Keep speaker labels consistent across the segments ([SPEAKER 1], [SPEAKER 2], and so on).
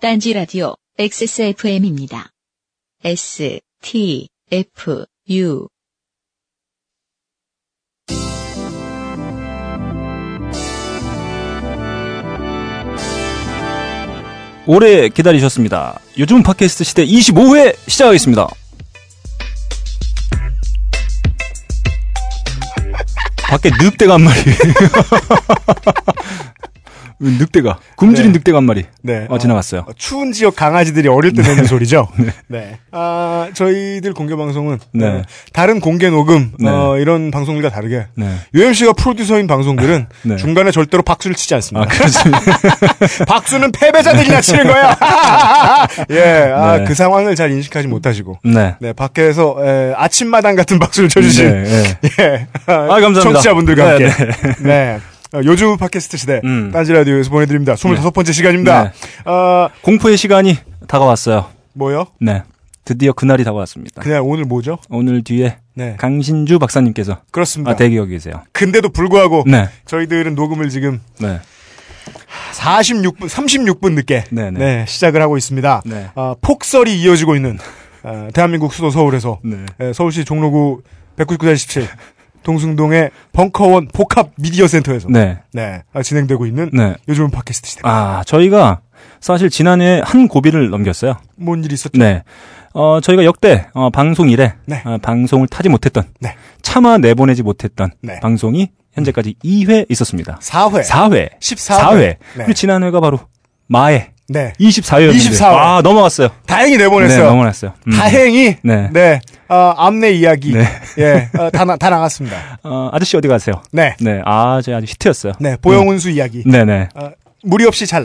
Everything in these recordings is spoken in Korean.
[SPEAKER 1] 딴지 라디오 XSFM입니다. S T F U
[SPEAKER 2] 오래 기다리셨습니다. 요즘 팟캐스트 시대 25회 시작하겠습니다. 밖에 늑대가 한 마리. 늑대가. 굶주린
[SPEAKER 3] 네.
[SPEAKER 2] 늑대가 한 마리.
[SPEAKER 3] 네.
[SPEAKER 2] 어, 지나갔어요.
[SPEAKER 3] 어, 추운 지역 강아지들이 어릴 때 내는 소리죠. 네. 아, 저희들 공개 방송은
[SPEAKER 2] 네.
[SPEAKER 3] 어, 다른 공개 녹음
[SPEAKER 2] 네.
[SPEAKER 3] 어, 이런 방송들과 다르게
[SPEAKER 2] 네.
[SPEAKER 3] 유엠 씨가 프로듀서인 방송들은
[SPEAKER 2] 네.
[SPEAKER 3] 중간에 절대로 박수를 치지
[SPEAKER 2] 아,
[SPEAKER 3] 않습니다.
[SPEAKER 2] 그렇습니다.
[SPEAKER 3] 박수는 패배자들이나 치는 거야. 예, 아,
[SPEAKER 2] 네.
[SPEAKER 3] 그 상황을 잘 인식하지 못하시고.
[SPEAKER 2] 네.
[SPEAKER 3] 네, 밖에서 에, 아침마당 같은 박수를 쳐주신
[SPEAKER 2] 네, 네.
[SPEAKER 3] 예.
[SPEAKER 2] 아, 감사합니다.
[SPEAKER 3] 청취자분들과 함께.
[SPEAKER 2] 네,
[SPEAKER 3] 네. 어, 요즘 팟캐스트 시대
[SPEAKER 2] 음. 네.
[SPEAKER 3] 딴지 라디오에서 보내드립니다. 25번째 시간입니다. 어,
[SPEAKER 2] 공포의 시간이 다가왔어요.
[SPEAKER 3] 뭐요?
[SPEAKER 2] 네. 드디어 그날이 다가왔습니다.
[SPEAKER 3] 그냥 오늘 뭐죠?
[SPEAKER 2] 오늘 뒤에
[SPEAKER 3] 네.
[SPEAKER 2] 강신주 박사님께서
[SPEAKER 3] 그렇습니다.
[SPEAKER 2] 아, 대기하고 계세요.
[SPEAKER 3] 근데도 불구하고
[SPEAKER 2] 네.
[SPEAKER 3] 저희들은 녹음을 지금
[SPEAKER 2] 네.
[SPEAKER 3] 46분, 36분 늦게
[SPEAKER 2] 네네.
[SPEAKER 3] 네, 시작을 하고 있습니다.
[SPEAKER 2] 네.
[SPEAKER 3] 어, 폭설이 이어지고 있는 어, 대한민국 수도 서울에서
[SPEAKER 2] 네.
[SPEAKER 3] 예, 서울시 종로구 199-17 동승동의 벙커원 복합 미디어 센터에서
[SPEAKER 2] 네.
[SPEAKER 3] 네, 아, 진행되고 있는
[SPEAKER 2] 네.
[SPEAKER 3] 요즘은 팟캐스트 시대.
[SPEAKER 2] 아, 저희가 사실 지난해 한 고비를 넘겼어요.
[SPEAKER 3] 뭔 일이 있었죠?
[SPEAKER 2] 네. 어, 저희가 역대 어, 방송 이래
[SPEAKER 3] 네.
[SPEAKER 2] 어, 방송을 타지 못했던
[SPEAKER 3] 네.
[SPEAKER 2] 차마 내보내지 못했던
[SPEAKER 3] 네.
[SPEAKER 2] 방송이 현재까지 2회 있었습니다.
[SPEAKER 3] 4회.
[SPEAKER 2] 4회.
[SPEAKER 3] 14회. 네.
[SPEAKER 2] 그리고 지난해가 바로 마해
[SPEAKER 3] 네.
[SPEAKER 2] 24회였는데
[SPEAKER 3] 24회.
[SPEAKER 2] 아, 넘어갔어요.
[SPEAKER 3] 다행히
[SPEAKER 2] 네,
[SPEAKER 3] 내보냈어요.
[SPEAKER 2] 넘어갔어요. 음.
[SPEAKER 3] 다행히
[SPEAKER 2] 네.
[SPEAKER 3] 네. 어, 암내 이야기.
[SPEAKER 2] 네.
[SPEAKER 3] 예. 어, 다, 나- 다 나갔습니다.
[SPEAKER 2] 어, 아저씨 어디 가세요?
[SPEAKER 3] 네.
[SPEAKER 2] 네. 아, 저 아주 히트였어요.
[SPEAKER 3] 네. 보영훈수 이야기.
[SPEAKER 2] 네, 네.
[SPEAKER 3] 어, 무리 없이 잘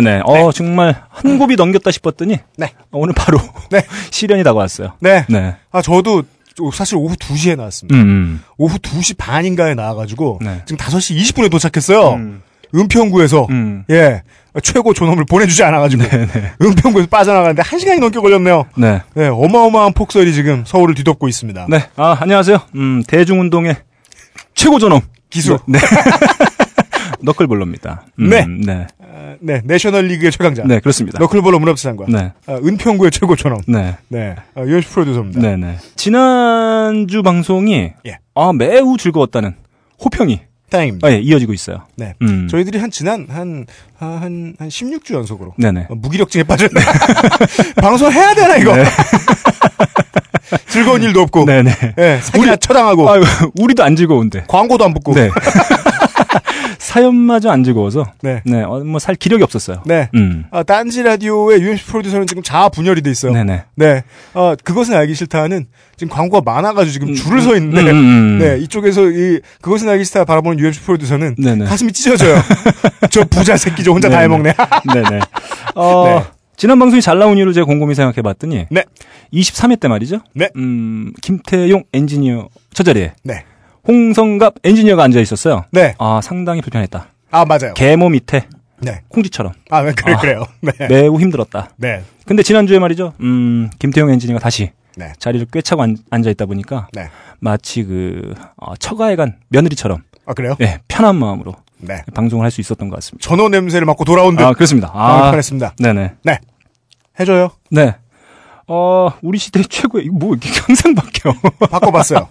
[SPEAKER 2] 네, 네. 어, 정말 한 고비 넘겼다 싶었더니
[SPEAKER 3] 음. 네.
[SPEAKER 2] 오늘 바로
[SPEAKER 3] 네.
[SPEAKER 2] 시련이 다가왔어요.
[SPEAKER 3] 네.
[SPEAKER 2] 네.
[SPEAKER 3] 아, 저도 저- 사실 오후 2시에 나왔습니다.
[SPEAKER 2] 음.
[SPEAKER 3] 오후 2시 반인가에 나와가지고
[SPEAKER 2] 네.
[SPEAKER 3] 지금 5시 20분에 도착했어요.
[SPEAKER 2] 음.
[SPEAKER 3] 은평구에서
[SPEAKER 2] 음.
[SPEAKER 3] 예 최고 존엄을 보내주지 않아가지고 은평구에서 빠져나가는데 1 시간이 넘게 걸렸네요.
[SPEAKER 2] 네.
[SPEAKER 3] 네, 어마어마한 폭설이 지금 서울을 뒤덮고 있습니다.
[SPEAKER 2] 네. 아, 안녕하세요. 음, 대중운동의 최고 존엄.
[SPEAKER 3] 기수.
[SPEAKER 2] 네. 너클볼러입니다.
[SPEAKER 3] 네.
[SPEAKER 2] 네.
[SPEAKER 3] 아, 네, 내셔널 리그의 최강자.
[SPEAKER 2] 네, 그렇습니다.
[SPEAKER 3] 너클볼로 문합시장과
[SPEAKER 2] 네.
[SPEAKER 3] 아, 은평구의 최고 촌원.
[SPEAKER 2] 네.
[SPEAKER 3] 네, 아, 유현 씨 프로듀서입니다.
[SPEAKER 2] 네, 네. 지난주 방송이
[SPEAKER 3] 예.
[SPEAKER 2] 아, 매우 즐거웠다는 호평이
[SPEAKER 3] 다행입니다.
[SPEAKER 2] 아, 예, 이어지고 있어요.
[SPEAKER 3] 네,
[SPEAKER 2] 음.
[SPEAKER 3] 저희들이 한 지난 한한한 16주 연속으로
[SPEAKER 2] 네, 네.
[SPEAKER 3] 어, 무기력증에 빠졌네. 방송 해야 되나 이거? 즐거운 일도 없고,
[SPEAKER 2] 네, 네.
[SPEAKER 3] 예, 사기나 처당하고,
[SPEAKER 2] 아유, 우리도 안 즐거운데.
[SPEAKER 3] 광고도 안 붙고,
[SPEAKER 2] 네. 사연마저 안 즐거워서
[SPEAKER 3] 네.
[SPEAKER 2] 네, 어, 뭐살 기력이 없었어요.
[SPEAKER 3] 네.
[SPEAKER 2] 음.
[SPEAKER 3] 아, 딴지 라디오의 유현 씨 프로듀서는 지금 자아 분열이 돼 있어요.
[SPEAKER 2] 네, 네.
[SPEAKER 3] 네. 어, 그것은 알기 싫다는 지금 광고가 많아가지고 지금 줄을 서 있는데,
[SPEAKER 2] 음, 음, 음.
[SPEAKER 3] 네, 이쪽에서 이, 그것은 알기 싫다 바라보는 UFC 프로듀서는
[SPEAKER 2] 네네.
[SPEAKER 3] 가슴이 찢어져요. 저 부자 새끼 저 혼자 다 해먹네.
[SPEAKER 2] 네, 네. 어,
[SPEAKER 3] 네.
[SPEAKER 2] 지난 방송이 잘 나온 이유를 제가 곰곰이 생각해 봤더니
[SPEAKER 3] 네.
[SPEAKER 2] 23회 때 말이죠.
[SPEAKER 3] 네.
[SPEAKER 2] 음, 김태용 엔지니어 저 자리에
[SPEAKER 3] 네.
[SPEAKER 2] 홍성갑 엔지니어가 앉아 있었어요.
[SPEAKER 3] 네.
[SPEAKER 2] 아, 상당히 불편했다.
[SPEAKER 3] 아, 맞아요.
[SPEAKER 2] 개모 밑에
[SPEAKER 3] 네.
[SPEAKER 2] 콩쥐처럼
[SPEAKER 3] 아, 네, 그래,
[SPEAKER 2] 아.
[SPEAKER 3] 그래요. 네.
[SPEAKER 2] 매우 힘들었다.
[SPEAKER 3] 네.
[SPEAKER 2] 근데 지난주에 말이죠. 음, 김태용 엔지니어가 다시
[SPEAKER 3] 네.
[SPEAKER 2] 자리를 꿰차고 앉, 아 있다 보니까
[SPEAKER 3] 네.
[SPEAKER 2] 마치 그 어, 처가에 간 며느리처럼
[SPEAKER 3] 아, 그래요?
[SPEAKER 2] 예, 편한 마음으로
[SPEAKER 3] 네.
[SPEAKER 2] 방송을 할 수 있었던 것 같습니다.
[SPEAKER 3] 전어 냄새를 맡고 네. 돌아온 듯
[SPEAKER 2] 아, 그렇습니다.
[SPEAKER 3] 마음이
[SPEAKER 2] 아,
[SPEAKER 3] 편했습니다.
[SPEAKER 2] 네, 네.
[SPEAKER 3] 네. 해줘요.
[SPEAKER 2] 네. 어, 우리 시대 최고의 이거 뭐 이렇게 항상 바뀌어.
[SPEAKER 3] 바꿔봤어요.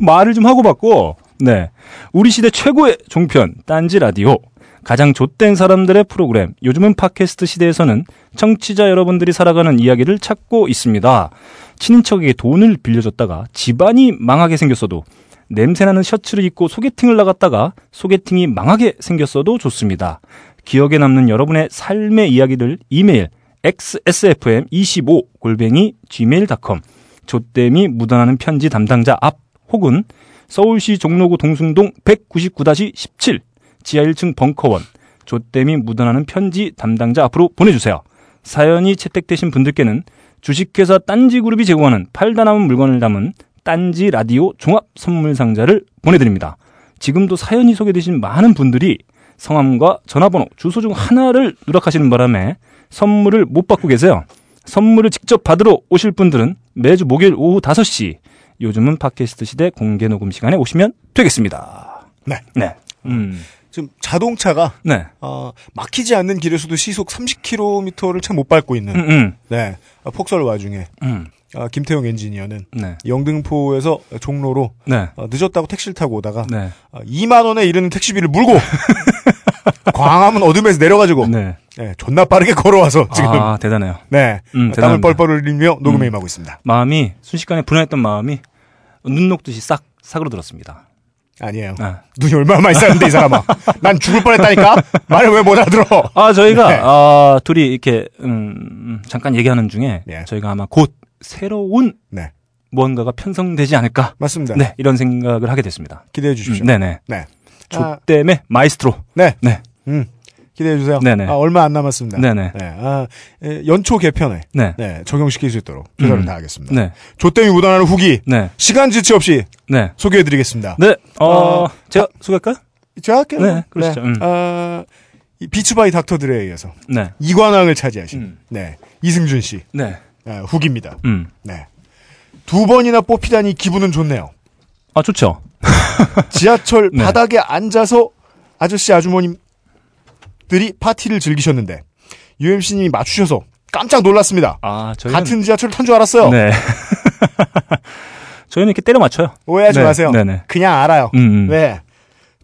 [SPEAKER 2] 말을 좀 하고 받고. 네. 우리 시대 최고의 종편 딴지 라디오. 가장 좆된 사람들의 프로그램. 요즘은 팟캐스트 시대에서는 청취자 여러분들이 살아가는 이야기를 찾고 있습니다. 친인척에게 돈을 빌려줬다가 집안이 망하게 생겼어도 냄새나는 셔츠를 입고 소개팅을 나갔다가 소개팅이 망하게 생겼어도 좋습니다. 기억에 남는 여러분의 삶의 이야기를 이메일 xsfm25골뱅이 gmail.com 조땜이 묻어나는 편지 담당자 앞 혹은 서울시 종로구 동숭동 199-17 지하 1층 벙커원 조땜이 묻어나는 편지 담당자 앞으로 보내주세요. 사연이 채택되신 분들께는 주식회사 딴지그룹이 제공하는 팔다 남은 물건을 담은 딴지 라디오 종합 선물 상자를 보내드립니다. 지금도 사연이 소개되신 많은 분들이 성함과 전화번호, 주소 중 하나를 누락하시는 바람에 선물을 못 받고 계세요. 선물을 직접 받으러 오실 분들은 매주 목요일 오후 5시 요즘은 팟캐스트 시대 공개 녹음 시간에 오시면 되겠습니다.
[SPEAKER 3] 네.
[SPEAKER 2] 네. 음.
[SPEAKER 3] 지금 자동차가
[SPEAKER 2] 네.
[SPEAKER 3] 어, 막히지 않는 길에서도 시속 30km를 참 못 밟고 있는
[SPEAKER 2] 음, 음,
[SPEAKER 3] 네 어, 폭설 와중에
[SPEAKER 2] 음.
[SPEAKER 3] 어, 김태용 엔지니어는
[SPEAKER 2] 네.
[SPEAKER 3] 영등포에서 종로로
[SPEAKER 2] 네.
[SPEAKER 3] 어, 늦었다고 택시를 타고 오다가
[SPEAKER 2] 네.
[SPEAKER 3] 어, 2만 원에 이르는 택시비를 물고 광화문 어둠에서 내려가지고
[SPEAKER 2] 네.
[SPEAKER 3] 네, 존나 빠르게 걸어와서 지금
[SPEAKER 2] 아, 대단해요.
[SPEAKER 3] 네
[SPEAKER 2] 음,
[SPEAKER 3] 어, 땀을
[SPEAKER 2] 대단합니다.
[SPEAKER 3] 뻘뻘 흘리며 녹음에 임하고 있습니다.
[SPEAKER 2] 마음이 순식간에 분해했던 마음이 눈 녹듯이 싹 사그러들었습니다.
[SPEAKER 3] 아니에요.
[SPEAKER 2] 네.
[SPEAKER 3] 눈이 얼마나 많이 쌓였는데 이 사람아. 난 죽을 뻔했다니까. 말을 왜 못 알아들어.
[SPEAKER 2] 아 저희가
[SPEAKER 3] 네.
[SPEAKER 2] 아, 둘이 이렇게 음, 음, 잠깐 얘기하는 중에
[SPEAKER 3] 예.
[SPEAKER 2] 저희가 아마 곧 새로운
[SPEAKER 3] 네
[SPEAKER 2] 무언가가 편성되지 않을까.
[SPEAKER 3] 맞습니다.
[SPEAKER 2] 네 이런 생각을 하게 됐습니다.
[SPEAKER 3] 기대해
[SPEAKER 2] 음,
[SPEAKER 3] 주십시오.
[SPEAKER 2] 네네.
[SPEAKER 3] 네. 아,
[SPEAKER 2] 조땜의 마이스트로.
[SPEAKER 3] 네.
[SPEAKER 2] 네.
[SPEAKER 3] 음. 기대해 주세요.
[SPEAKER 2] 네네.
[SPEAKER 3] 아, 얼마 안 남았습니다.
[SPEAKER 2] 네네.
[SPEAKER 3] 네. 아, 에, 연초 개편에
[SPEAKER 2] 네.
[SPEAKER 3] 네, 적용시킬 수 있도록 조사를
[SPEAKER 2] 음.
[SPEAKER 3] 다하겠습니다.
[SPEAKER 2] 네.
[SPEAKER 3] 조땜이 묻어나는 후기
[SPEAKER 2] 네.
[SPEAKER 3] 시간 지체 없이
[SPEAKER 2] 네.
[SPEAKER 3] 소개해 드리겠습니다.
[SPEAKER 2] 네. 어,
[SPEAKER 3] 어,
[SPEAKER 2] 제가 소개할까요?
[SPEAKER 3] 제가 할게요.
[SPEAKER 2] 네, 그러시죠. 음.
[SPEAKER 3] 아, 이 비츠바이 닥터들에 의해서
[SPEAKER 2] 네.
[SPEAKER 3] 이관왕을 차지하신
[SPEAKER 2] 음.
[SPEAKER 3] 네, 이승준 씨
[SPEAKER 2] 네.
[SPEAKER 3] 아, 후기입니다.
[SPEAKER 2] 음.
[SPEAKER 3] 네. 두 번이나 뽑히다니 기분은 좋네요.
[SPEAKER 2] 아 좋죠.
[SPEAKER 3] 지하철
[SPEAKER 2] 네.
[SPEAKER 3] 바닥에 앉아서 아저씨 아주머님들이 파티를 즐기셨는데 UMC님이 맞추셔서 깜짝 놀랐습니다.
[SPEAKER 2] 아 저희는
[SPEAKER 3] 같은 지하철 탄 줄 알았어요.
[SPEAKER 2] 네. 저희는 이렇게 때려 맞춰요.
[SPEAKER 3] 오해하지
[SPEAKER 2] 네,
[SPEAKER 3] 마세요. 네.
[SPEAKER 2] 네네.
[SPEAKER 3] 그냥 알아요.
[SPEAKER 2] 음. 음.
[SPEAKER 3] 왜?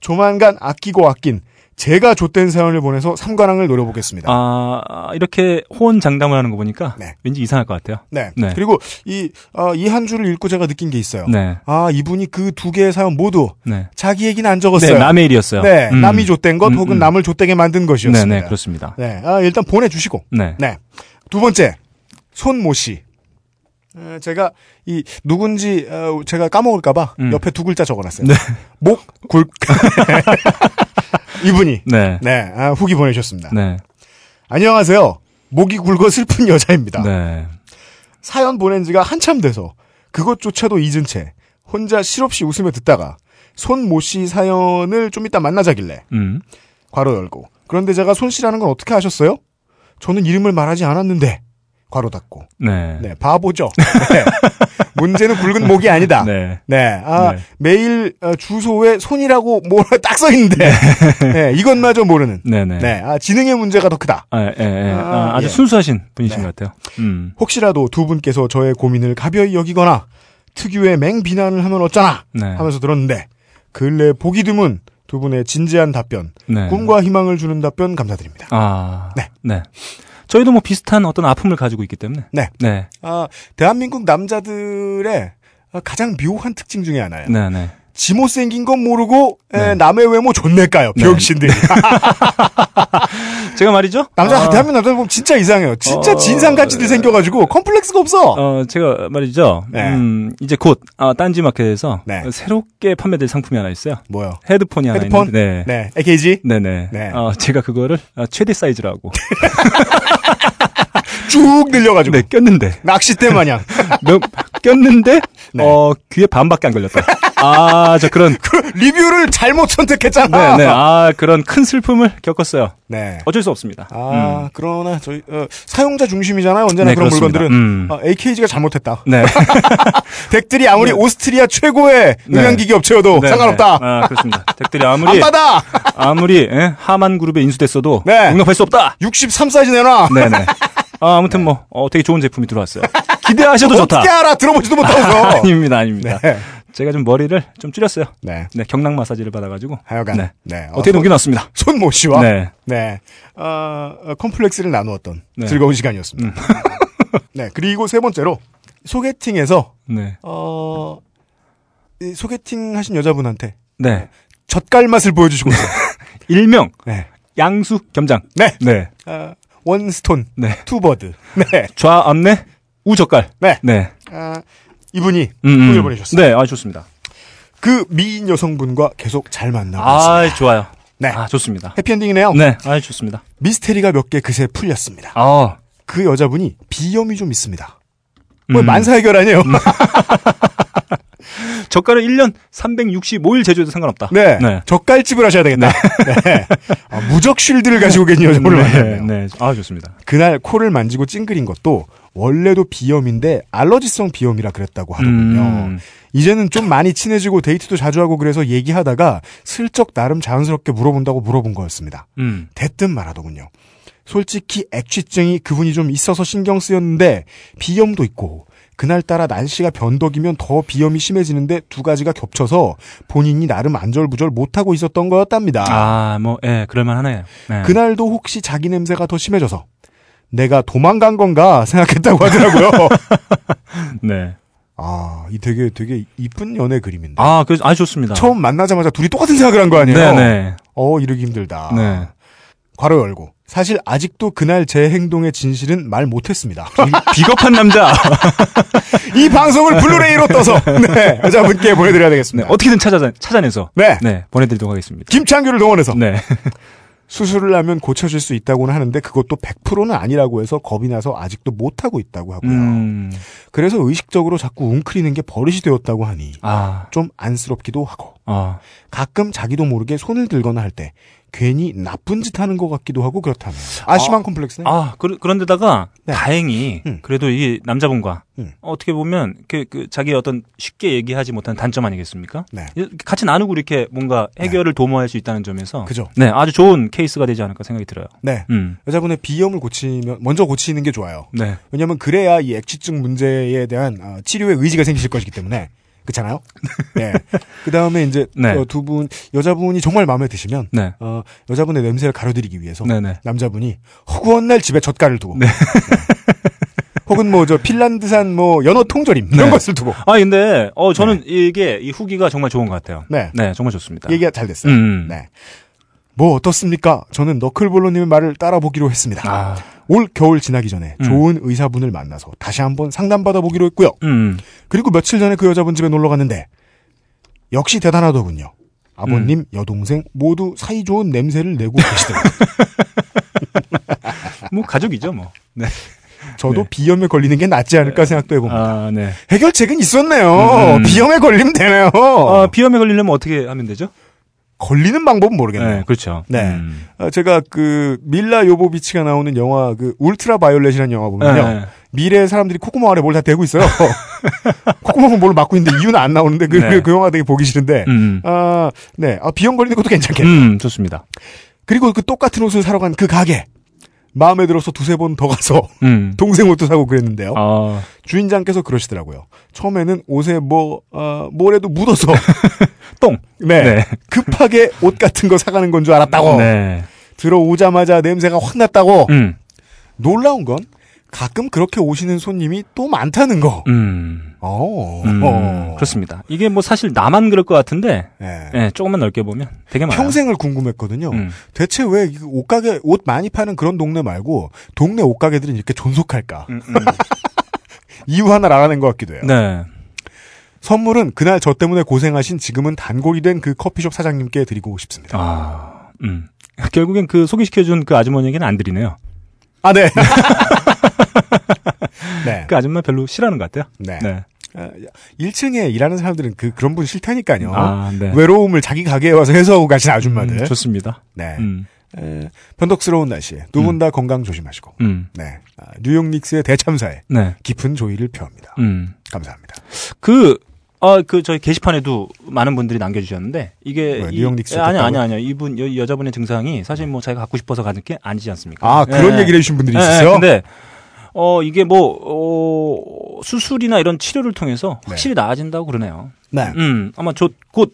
[SPEAKER 3] 조만간 아끼고 아낀 제가 좆된 사연을 보내서 삼관왕을 노려보겠습니다.
[SPEAKER 2] 아 이렇게 호언장담을 하는 거 보니까
[SPEAKER 3] 네.
[SPEAKER 2] 왠지 이상할 것 같아요.
[SPEAKER 3] 네.
[SPEAKER 2] 네.
[SPEAKER 3] 그리고 이, 어, 이한 줄을 읽고 제가 느낀 게 있어요.
[SPEAKER 2] 네.
[SPEAKER 3] 아, 이분이 그 두 개의 사연 모두
[SPEAKER 2] 네.
[SPEAKER 3] 자기 얘기는 안
[SPEAKER 2] 네,
[SPEAKER 3] 적었어요.
[SPEAKER 2] 남의 일이었어요.
[SPEAKER 3] 네,
[SPEAKER 2] 음.
[SPEAKER 3] 남이 좆된 것
[SPEAKER 2] 음,
[SPEAKER 3] 혹은
[SPEAKER 2] 음.
[SPEAKER 3] 남을 좆되게 만든 것이었습니다.
[SPEAKER 2] 네네 그렇습니다.
[SPEAKER 3] 네, 아, 일단 보내주시고.
[SPEAKER 2] 네.
[SPEAKER 3] 네. 두 번째, 손모 씨. 에, 제가 이 누군지 어, 제가 까먹을까봐
[SPEAKER 2] 음.
[SPEAKER 3] 옆에 두 글자 적어놨어요. 목굴 이분이
[SPEAKER 2] 네.
[SPEAKER 3] 네 아, 후기 보내주셨습니다.
[SPEAKER 2] 네.
[SPEAKER 3] 안녕하세요. 목이 굵어 슬픈 여자입니다.
[SPEAKER 2] 네.
[SPEAKER 3] 사연 보낸 지가 한참 돼서 그것조차도 잊은 채 혼자 실없이 웃으며 듣다가 손모 씨 사연을 좀 이따 만나자길래
[SPEAKER 2] 음.
[SPEAKER 3] 괄호 열고 그런데 제가 손 씨라는 건 어떻게 아셨어요? 저는 이름을 말하지 않았는데 괄호 닫고
[SPEAKER 2] 네.
[SPEAKER 3] 네, 바보죠. 네. 문제는 굵은 목이 아니다. 네.
[SPEAKER 2] 네.
[SPEAKER 3] 아,
[SPEAKER 2] 네.
[SPEAKER 3] 메일 어, 주소에 손이라고 뭐라 딱 써있는데. 네, 이것마저 모르는.
[SPEAKER 2] 네네.
[SPEAKER 3] 네, 아, 지능의 문제가 더 크다.
[SPEAKER 2] 아, 예, 예.
[SPEAKER 3] 아,
[SPEAKER 2] 아, 아주
[SPEAKER 3] 예.
[SPEAKER 2] 순수하신 분이신
[SPEAKER 3] 네.
[SPEAKER 2] 것 같아요. 음.
[SPEAKER 3] 혹시라도 두 분께서 저의 고민을 가벼이 여기거나 특유의 맹비난을 하면 어쩌나
[SPEAKER 2] 네.
[SPEAKER 3] 하면서 들었는데 근래 보기 드문 두 분의 진지한 답변,
[SPEAKER 2] 네.
[SPEAKER 3] 꿈과 희망을 주는 답변 감사드립니다.
[SPEAKER 2] 아.
[SPEAKER 3] 네.
[SPEAKER 2] 네. 저희도 뭐 비슷한 어떤 아픔을 가지고 있기 때문에.
[SPEAKER 3] 네.
[SPEAKER 2] 네.
[SPEAKER 3] 아, 대한민국 남자들의 가장 묘한 특징 중에 하나예요.
[SPEAKER 2] 네, 네.
[SPEAKER 3] 지 못생긴 건 모르고 에,
[SPEAKER 2] 네.
[SPEAKER 3] 남의 외모 존내까요
[SPEAKER 2] 네.
[SPEAKER 3] 병신들이
[SPEAKER 2] 제가 말이죠.
[SPEAKER 3] 남자
[SPEAKER 2] 어,
[SPEAKER 3] 대한민국 남자 보면 진짜 이상해요 진짜
[SPEAKER 2] 어,
[SPEAKER 3] 진상같이들 생겨가지고 컴플렉스가 없어
[SPEAKER 2] 어, 제가 말이죠.
[SPEAKER 3] 네.
[SPEAKER 2] 음, 이제 곧, 아, 딴지 마켓에서
[SPEAKER 3] 네.
[SPEAKER 2] 어, 새롭게 판매될 상품이 하나 있어요.
[SPEAKER 3] 뭐요
[SPEAKER 2] 헤드폰이 하나
[SPEAKER 3] 헤드폰?
[SPEAKER 2] 있는데. 네.
[SPEAKER 3] 네 AKG
[SPEAKER 2] 네네.
[SPEAKER 3] 네.
[SPEAKER 2] 어, 제가 그거를 아, 최대 사이즈라고
[SPEAKER 3] 쭉 늘려가지고
[SPEAKER 2] 네, 꼈는데
[SPEAKER 3] 낚싯대 마냥
[SPEAKER 2] 몇- 꼈는데
[SPEAKER 3] 네.
[SPEAKER 2] 어, 귀에 반밖에 안 걸렸다. 아, 저 그런
[SPEAKER 3] 그 리뷰를 잘못 선택했잖아
[SPEAKER 2] 네, 네. 아, 그런 큰 슬픔을 겪었어요.
[SPEAKER 3] 네.
[SPEAKER 2] 어쩔 수 없습니다.
[SPEAKER 3] 아
[SPEAKER 2] 음.
[SPEAKER 3] 그러나 저희 어, 사용자 중심이잖아요 언제나
[SPEAKER 2] 네,
[SPEAKER 3] 그런
[SPEAKER 2] 그렇습니다.
[SPEAKER 3] 물건들은
[SPEAKER 2] 음.
[SPEAKER 3] AKG가 잘못했다
[SPEAKER 2] 네.
[SPEAKER 3] 덱들이 아무리 오스트리아 최고의
[SPEAKER 2] 네.
[SPEAKER 3] 음향기기 업체여도
[SPEAKER 2] 네,
[SPEAKER 3] 상관없다
[SPEAKER 2] 네. 아, 그렇습니다. 댁들이
[SPEAKER 3] 안
[SPEAKER 2] 아무리
[SPEAKER 3] 받아
[SPEAKER 2] 아무리 예? 하만 그룹에 인수됐어도
[SPEAKER 3] 네.
[SPEAKER 2] 용납할 수 없다.
[SPEAKER 3] 63 사이즈 내놔
[SPEAKER 2] 네, 네. 아, 아무튼 뭐 어, 되게 좋은 제품이 들어왔어요. 기대하셔도 좋다.
[SPEAKER 3] 어떻게 알아 들어보지도 못하고서
[SPEAKER 2] 아닙니다, 아닙니다.
[SPEAKER 3] 네.
[SPEAKER 2] 제가 좀 머리를 좀 줄였어요.
[SPEAKER 3] 네.
[SPEAKER 2] 네, 경락 마사지를 받아가지고.
[SPEAKER 3] 하여간
[SPEAKER 2] 네.
[SPEAKER 3] 네,
[SPEAKER 2] 어떻게
[SPEAKER 3] 어,
[SPEAKER 2] 녹여놨습니다.
[SPEAKER 3] 손모 씨와 네,
[SPEAKER 2] 네.
[SPEAKER 3] 어, 어, 컴플렉스를 나누었던
[SPEAKER 2] 네. 음.
[SPEAKER 3] 즐거운 시간이었습니다. 네 그리고 세 번째로 소개팅에서
[SPEAKER 2] 네.
[SPEAKER 3] 어, 이 소개팅 하신 여자분한테
[SPEAKER 2] 네.
[SPEAKER 3] 젓갈 맛을 보여주시고 있어요.
[SPEAKER 2] 일명
[SPEAKER 3] 네,
[SPEAKER 2] 양수 겸장.
[SPEAKER 3] 네,
[SPEAKER 2] 네.
[SPEAKER 3] 어, 원스톤,
[SPEAKER 2] 네.
[SPEAKER 3] 투버드, 네,
[SPEAKER 2] 좌암내 우젓갈.
[SPEAKER 3] 네,
[SPEAKER 2] 네.
[SPEAKER 3] 아, 이분이
[SPEAKER 2] 음,
[SPEAKER 3] 후기를
[SPEAKER 2] 음.
[SPEAKER 3] 보내주셨습니다.
[SPEAKER 2] 네, 아 좋습니다.
[SPEAKER 3] 그 미인 여성분과 계속 잘 만나고 있습니다.
[SPEAKER 2] 아, 좋아요.
[SPEAKER 3] 네, 어.
[SPEAKER 2] 아, 좋습니다.
[SPEAKER 3] 해피엔딩이네요.
[SPEAKER 2] 네, 아, 좋습니다.
[SPEAKER 3] 미스테리가 몇 개 그새 풀렸습니다.
[SPEAKER 2] 아,
[SPEAKER 3] 그 여자분이 비염이 좀 있습니다.
[SPEAKER 2] 음.
[SPEAKER 3] 뭐 만사 해결 아니에요?
[SPEAKER 2] 저가를 1년 365일 제조해도 상관없다.
[SPEAKER 3] 네.
[SPEAKER 2] 네.
[SPEAKER 3] 젓갈집을 하셔야 되겠다. 네. 아, 무적 쉴드를 가지고 계신 여자분을
[SPEAKER 2] 네,
[SPEAKER 3] 만났네요.
[SPEAKER 2] 네. 아, 좋습니다.
[SPEAKER 3] 그날 코를 만지고 찡그린 것도 원래도 비염인데 알러지성 비염이라 그랬다고 하더군요.
[SPEAKER 2] 음.
[SPEAKER 3] 이제는 좀 많이 친해지고 데이트도 자주 하고 그래서 얘기하다가 슬쩍 나름 자연스럽게 물어본다고 물어본 거였습니다.
[SPEAKER 2] 음.
[SPEAKER 3] 됐든 말하더군요. 솔직히 액취증이 그분이 좀 있어서 신경 쓰였는데 비염도 있고 그날따라 날씨가 변덕이면 더 비염이 심해지는데 두 가지가 겹쳐서 본인이 나름 안절부절 못하고 있었던 거였답니다.
[SPEAKER 2] 아, 뭐, 예, 그럴만하네요. 네.
[SPEAKER 3] 그날도 혹시 자기 냄새가 더 심해져서 내가 도망간 건가 생각했다고 하더라고요.
[SPEAKER 2] 네.
[SPEAKER 3] 아, 이 되게 되게 이쁜 연애 그림인데.
[SPEAKER 2] 아, 그, 아, 좋습니다.
[SPEAKER 3] 처음 만나자마자 둘이 똑같은 생각을 한 거 아니에요?
[SPEAKER 2] 네네.
[SPEAKER 3] 어, 이러기 힘들다.
[SPEAKER 2] 네.
[SPEAKER 3] 괄호 열고. 사실 아직도 그날 제 행동의 진실은 말 못했습니다.
[SPEAKER 2] 비겁한 남자.
[SPEAKER 3] 이 방송을 블루레이로 떠서 네, 여자분께 보내드려야
[SPEAKER 2] 네,
[SPEAKER 3] 되겠습니다.
[SPEAKER 2] 어떻게든 찾아, 찾아내서.
[SPEAKER 3] 네.
[SPEAKER 2] 네, 보내드리도록 하겠습니다.
[SPEAKER 3] 김창규를 동원해서
[SPEAKER 2] 네.
[SPEAKER 3] 수술을 하면 고쳐질 수 있다고는 하는데 그것도 100%는 아니라고 해서 겁이 나서 아직도 못하고 있다고 하고요.
[SPEAKER 2] 음,
[SPEAKER 3] 그래서 의식적으로 자꾸 웅크리는 게 버릇이 되었다고 하니
[SPEAKER 2] 아,
[SPEAKER 3] 좀 안쓰럽기도 하고
[SPEAKER 2] 어.
[SPEAKER 3] 가끔 자기도 모르게 손을 들거나 할 때 괜히 나쁜 짓 하는 것 같기도 하고 그렇다네요. 아심한 콤플렉스네.
[SPEAKER 2] 아, 그, 그런데다가
[SPEAKER 3] 네.
[SPEAKER 2] 다행히
[SPEAKER 3] 음.
[SPEAKER 2] 그래도 이 남자분과
[SPEAKER 3] 음.
[SPEAKER 2] 어떻게 보면 그, 그 자기 어떤 쉽게 얘기하지 못한 단점 아니겠습니까?
[SPEAKER 3] 네.
[SPEAKER 2] 이- 같이 나누고 이렇게 뭔가 해결을 도모할 수 있다는 점에서
[SPEAKER 3] 그죠.
[SPEAKER 2] 네, 아주 좋은 케이스가 되지 않을까 생각이 들어요.
[SPEAKER 3] 네.
[SPEAKER 2] 음.
[SPEAKER 3] 여자분의 비염을 고치면 먼저 고치는 게 좋아요.
[SPEAKER 2] 네.
[SPEAKER 3] 왜냐하면 그래야 이 액취증 문제에 대한 어, 치료의 의지가 생기실 것이기 때문에 그렇잖아요. 네. 그 다음에 이제
[SPEAKER 2] 네.
[SPEAKER 3] 두 분 여자분이 정말 마음에 드시면
[SPEAKER 2] 네.
[SPEAKER 3] 어, 여자분의 냄새를 가려드리기 위해서
[SPEAKER 2] 네네.
[SPEAKER 3] 남자분이 허구한 날 집에 젓갈을 두고 네. 혹은 뭐 저 핀란드산 뭐 연어 통조림 이런
[SPEAKER 2] 네.
[SPEAKER 3] 것을 두고
[SPEAKER 2] 아, 근데, 어, 저는 이게, 이 후기가 정말 좋은 것 같아요.
[SPEAKER 3] 네.
[SPEAKER 2] 정말 좋습니다.
[SPEAKER 3] 얘기가 잘 됐어요.
[SPEAKER 2] 음.
[SPEAKER 3] 네. 뭐 어떻습니까? 저는 너클볼로님의 말을 따라보기로 했습니다.
[SPEAKER 2] 아,
[SPEAKER 3] 올 겨울 지나기 전에
[SPEAKER 2] 음.
[SPEAKER 3] 좋은 의사분을 만나서 다시 한번 상담받아 보기로 했고요.
[SPEAKER 2] 음.
[SPEAKER 3] 그리고 며칠 전에 그 여자분 집에 놀러 갔는데 역시 대단하더군요.
[SPEAKER 2] 음.
[SPEAKER 3] 아버님, 여동생 모두 사이좋은 냄새를 내고 계시더라고요.
[SPEAKER 2] 뭐, 가족이죠, 뭐. 네.
[SPEAKER 3] 저도 비염에 걸리는 게 낫지 않을까 생각도 해봅니다.
[SPEAKER 2] 아, 네.
[SPEAKER 3] 해결책은 있었네요.
[SPEAKER 2] 음.
[SPEAKER 3] 비염에 걸리면 되네요.
[SPEAKER 2] 아, 비염에 걸리려면 어떻게 하면 되죠?
[SPEAKER 3] 걸리는 방법은 모르겠네요.
[SPEAKER 2] 그렇죠.
[SPEAKER 3] 네.
[SPEAKER 2] 음.
[SPEAKER 3] 아, 제가 그 밀라 요보비치가 나오는 영화 그 울트라 바이올렛이라는 영화 보면요.
[SPEAKER 2] 네.
[SPEAKER 3] 미래의 사람들이 콧구멍 안에 뭘 다 대고 있어요. 콧구멍은 뭘 막고 있는데 이유는 안 나오는데 그,
[SPEAKER 2] 네.
[SPEAKER 3] 그 영화 되게 보기 싫은데.
[SPEAKER 2] 음.
[SPEAKER 3] 아, 네. 아, 비염 걸리는 것도 괜찮겠네.
[SPEAKER 2] 음, 좋습니다.
[SPEAKER 3] 그리고 그 똑같은 옷을 사러 간 그 가게. 마음에 들어서 두세 번 더 가서
[SPEAKER 2] 음.
[SPEAKER 3] 동생 옷도 사고 그랬는데요.
[SPEAKER 2] 아,
[SPEAKER 3] 주인장께서 그러시더라고요. 처음에는 옷에 뭐, 어, 뭐래도 묻어서.
[SPEAKER 2] 똥.
[SPEAKER 3] 네.
[SPEAKER 2] 네.
[SPEAKER 3] 급하게 옷 같은 거 사가는 건 줄 알았다고.
[SPEAKER 2] 네.
[SPEAKER 3] 들어오자마자 냄새가 확 났다고.
[SPEAKER 2] 음.
[SPEAKER 3] 놀라운 건 가끔 그렇게 오시는 손님이 또 많다는 거.
[SPEAKER 2] 음.
[SPEAKER 3] 어.
[SPEAKER 2] 음.
[SPEAKER 3] 어.
[SPEAKER 2] 그렇습니다. 이게 뭐 사실 나만 그럴 것 같은데,
[SPEAKER 3] 예.
[SPEAKER 2] 예, 조금만 넓게 보면 되게 많아요.
[SPEAKER 3] 평생을 궁금했거든요.
[SPEAKER 2] 네. 음.
[SPEAKER 3] 대체 왜이 옷가게 옷 많이 파는 그런 동네 말고 동네 옷가게들은 이렇게 존속할까?
[SPEAKER 2] 음, 음.
[SPEAKER 3] 이유 하나를 알아낸 것 같기도 해요.
[SPEAKER 2] 네.
[SPEAKER 3] 선물은 그날 저 때문에 고생하신 지금은 단골이 된 그 커피숍 사장님께 드리고 싶습니다.
[SPEAKER 2] 아, 음. 결국엔 그 소개시켜준 그 아주머니에게는 안 드리네요.
[SPEAKER 3] 아, 네. 네.
[SPEAKER 2] 그 아줌마 별로 싫어하는 것 같아요.
[SPEAKER 3] 네.
[SPEAKER 2] 네.
[SPEAKER 3] 1층에 일하는 사람들은 그, 그런 분 싫다니까요.
[SPEAKER 2] 아, 네.
[SPEAKER 3] 외로움을 자기 가게에 와서 해소하고 가신 아줌마들.
[SPEAKER 2] 음, 좋습니다.
[SPEAKER 3] 네.
[SPEAKER 2] 음.
[SPEAKER 3] 에, 변덕스러운 날씨에 두 분 다 건강 조심하시고.
[SPEAKER 2] 음.
[SPEAKER 3] 네. 아, 뉴욕 닉스의 대참사에
[SPEAKER 2] 네.
[SPEAKER 3] 깊은 조의를 표합니다.
[SPEAKER 2] 음.
[SPEAKER 3] 감사합니다.
[SPEAKER 2] 그, 아, 그, 저희 게시판에도 많은 분들이 남겨주셨는데, 이게.
[SPEAKER 3] 뭐야,
[SPEAKER 2] 이-
[SPEAKER 3] 뉴욕 닉스
[SPEAKER 2] 아니, 아니,
[SPEAKER 3] 됐다고요?
[SPEAKER 2] 아니. 이분, 여, 여자분의 증상이 사실 뭐 자기가 갖고 싶어서 가는 게 아니지 않습니까?
[SPEAKER 3] 아, 그런
[SPEAKER 2] 예.
[SPEAKER 3] 얘기를 해주신 분들이
[SPEAKER 2] 예, 예,
[SPEAKER 3] 있으세요?
[SPEAKER 2] 근데, 어, 이게 뭐, 어, 수술이나 이런 치료를 통해서 확실히 나아진다고 그러네요.
[SPEAKER 3] 네.
[SPEAKER 2] 음, 아마 곧, 곧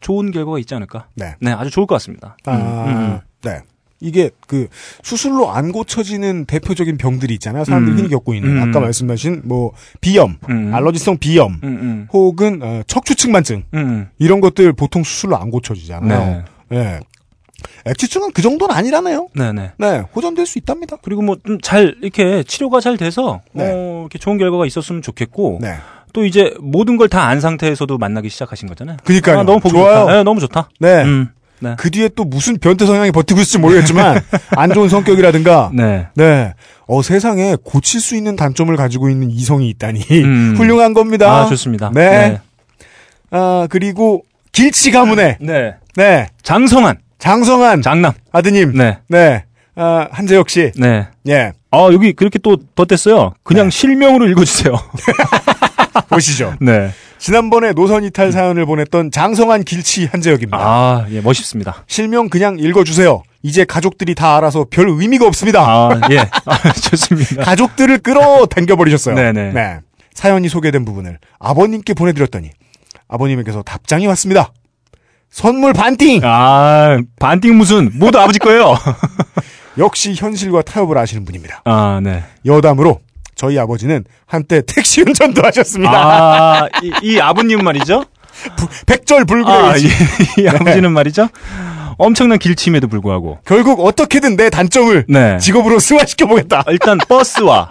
[SPEAKER 2] 좋은 결과가 있지 않을까.
[SPEAKER 3] 네.
[SPEAKER 2] 네, 아주 좋을 것 같습니다. 음,
[SPEAKER 3] 아,
[SPEAKER 2] 음,
[SPEAKER 3] 네. 이게 그 수술로 안 고쳐지는 대표적인 병들이 있잖아요. 사람들이
[SPEAKER 2] 음.
[SPEAKER 3] 흔히 겪고 있는
[SPEAKER 2] 음.
[SPEAKER 3] 아까 말씀하신 뭐 비염,
[SPEAKER 2] 음.
[SPEAKER 3] 알러지성 비염,
[SPEAKER 2] 음, 음,
[SPEAKER 3] 혹은 어, 척추측만증
[SPEAKER 2] 음, 음.
[SPEAKER 3] 이런 것들 보통 수술로 안 고쳐지잖아요. 예. 액취증은 그 정도는 아니라네요.
[SPEAKER 2] 네, 네.
[SPEAKER 3] 네, 호전될 수 있답니다.
[SPEAKER 2] 그리고 뭐 좀 잘 이렇게 치료가 잘 돼서
[SPEAKER 3] 네.
[SPEAKER 2] 어, 이렇게 좋은 결과가 있었으면 좋겠고
[SPEAKER 3] 네.
[SPEAKER 2] 또 이제 모든 걸 다 안 상태에서도 만나기 시작하신 거잖아요.
[SPEAKER 3] 그러니까요.
[SPEAKER 2] 아, 너무 보기
[SPEAKER 3] 좋아요.
[SPEAKER 2] 좋다. 네, 너무 좋다.
[SPEAKER 3] 네.
[SPEAKER 2] 음, 네.
[SPEAKER 3] 그 뒤에 또 무슨 변태 성향이 버티고 있을지 모르겠지만 안 좋은 성격이라든가
[SPEAKER 2] 네.
[SPEAKER 3] 네. 어, 세상에 고칠 수 있는 단점을 가지고 있는 이성이 있다니
[SPEAKER 2] 음.
[SPEAKER 3] 훌륭한 겁니다.
[SPEAKER 2] 아, 좋습니다.
[SPEAKER 3] 네. 아, 그리고 길치 가문의
[SPEAKER 2] 네.
[SPEAKER 3] 네
[SPEAKER 2] 장성한
[SPEAKER 3] 장성한
[SPEAKER 2] 장남.
[SPEAKER 3] 아드님
[SPEAKER 2] 네.
[SPEAKER 3] 네 아, 한재혁 씨
[SPEAKER 2] 네.
[SPEAKER 3] 예.
[SPEAKER 2] 아 여기 그렇게 또 덧댔어요.
[SPEAKER 3] 네.
[SPEAKER 2] 그냥 실명으로 읽어주세요.
[SPEAKER 3] 보시죠.
[SPEAKER 2] 네.
[SPEAKER 3] 지난번에 노선 이탈 사연을 보냈던 장성한 길치 한재혁입니다.
[SPEAKER 2] 아 예 멋있습니다.
[SPEAKER 3] 실명 그냥 읽어주세요. 이제 가족들이 다 알아서 별 의미가 없습니다.
[SPEAKER 2] 아 예 아, 좋습니다.
[SPEAKER 3] 가족들을 끌어당겨버리셨어요.
[SPEAKER 2] 네네.
[SPEAKER 3] 네. 사연이 소개된 부분을 아버님께 보내드렸더니 아버님께서 답장이 왔습니다. 선물 반띵!
[SPEAKER 2] 아 반띵 무슨 모두 아버지 거예요.
[SPEAKER 3] 역시 현실과 타협을 아시는 분입니다.
[SPEAKER 2] 아 네.
[SPEAKER 3] 여담으로 저희 아버지는 한때 택시 운전도 하셨습니다.
[SPEAKER 2] 아이 이 아버님 말이죠.
[SPEAKER 3] 백절불고의
[SPEAKER 2] 아,
[SPEAKER 3] 의지.
[SPEAKER 2] 이, 이
[SPEAKER 3] 네.
[SPEAKER 2] 아버지는 말이죠. 엄청난 길침에도 불구하고.
[SPEAKER 3] 결국 어떻게든 내 단점을
[SPEAKER 2] 네.
[SPEAKER 3] 직업으로 승화시켜보겠다.
[SPEAKER 2] 아, 일단 버스와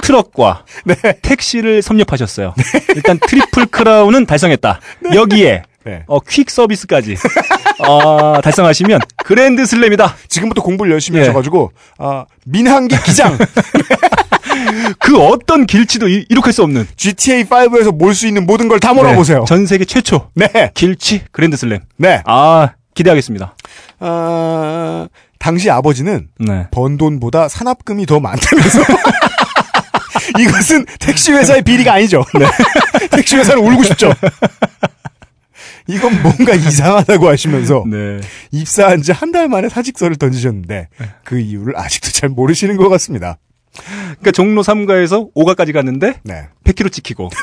[SPEAKER 2] 트럭과
[SPEAKER 3] 네.
[SPEAKER 2] 택시를 섭렵하셨어요. 일단 트리플 크라운은 달성했다. 여기에
[SPEAKER 3] 네.
[SPEAKER 2] 어, 퀵 서비스까지 어, 달성하시면 그랜드 슬램이다.
[SPEAKER 3] 지금부터 공부를 열심히
[SPEAKER 2] 예.
[SPEAKER 3] 하셔가지고 아, 민항기 기장
[SPEAKER 2] 그 어떤 길치도 이, 이룩할 수 없는.
[SPEAKER 3] GTA 5에서 몰 수 있는 모든 걸 다 몰아보세요.
[SPEAKER 2] 네, 전 세계 최초
[SPEAKER 3] 네, 네.
[SPEAKER 2] 길치 그랜드 슬램. 아 기대하겠습니다.
[SPEAKER 3] 아, 당시 아버지는
[SPEAKER 2] 네.
[SPEAKER 3] 번 돈보다 산업금이 더 많다면서. 이것은 택시회사의 비리가 아니죠. 네. 택시회사는 울고 싶죠. 이건 뭔가 이상하다고 하시면서
[SPEAKER 2] 네.
[SPEAKER 3] 입사한 지 한 달 만에 사직서를 던지셨는데 그 이유를 아직도 잘 모르시는 것 같습니다.
[SPEAKER 2] 그러니까 종로 3가에서 5가까지 갔는데
[SPEAKER 3] 네.
[SPEAKER 2] 100km 찍히고.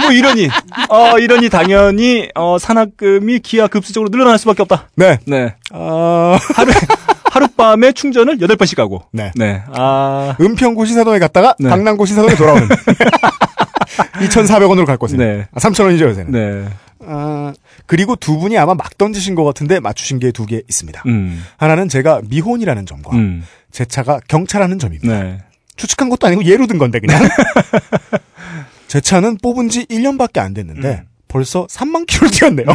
[SPEAKER 2] 뭐 이러니 어 이러니 당연히 어 산학금이 기하 급수적으로 늘어날 수밖에 없다.
[SPEAKER 3] 네.
[SPEAKER 2] 네.
[SPEAKER 3] 아,
[SPEAKER 2] 하루 하룻밤에 충전을 8번씩 하고.
[SPEAKER 3] 네.
[SPEAKER 2] 네. 아
[SPEAKER 3] 은평구 신사동에 갔다가
[SPEAKER 2] 네.
[SPEAKER 3] 강남구 신사동에 돌아오는 2,400원으로 갈 것은
[SPEAKER 2] 네.
[SPEAKER 3] 아, 3,000원이죠 요새는.
[SPEAKER 2] 네.
[SPEAKER 3] 아, 그리고 두 분이 아마 막 던지신 것 같은데 맞추신 게 두 개 있습니다.
[SPEAKER 2] 음.
[SPEAKER 3] 하나는 제가 미혼이라는 점과
[SPEAKER 2] 음.
[SPEAKER 3] 제 차가 경차라는 점입니다.
[SPEAKER 2] 네.
[SPEAKER 3] 추측한 것도 아니고 예로 든 건데 그냥. 제 차는 뽑은 지 1년밖에 안 됐는데 벌써 3만 킬로 뛰었네요.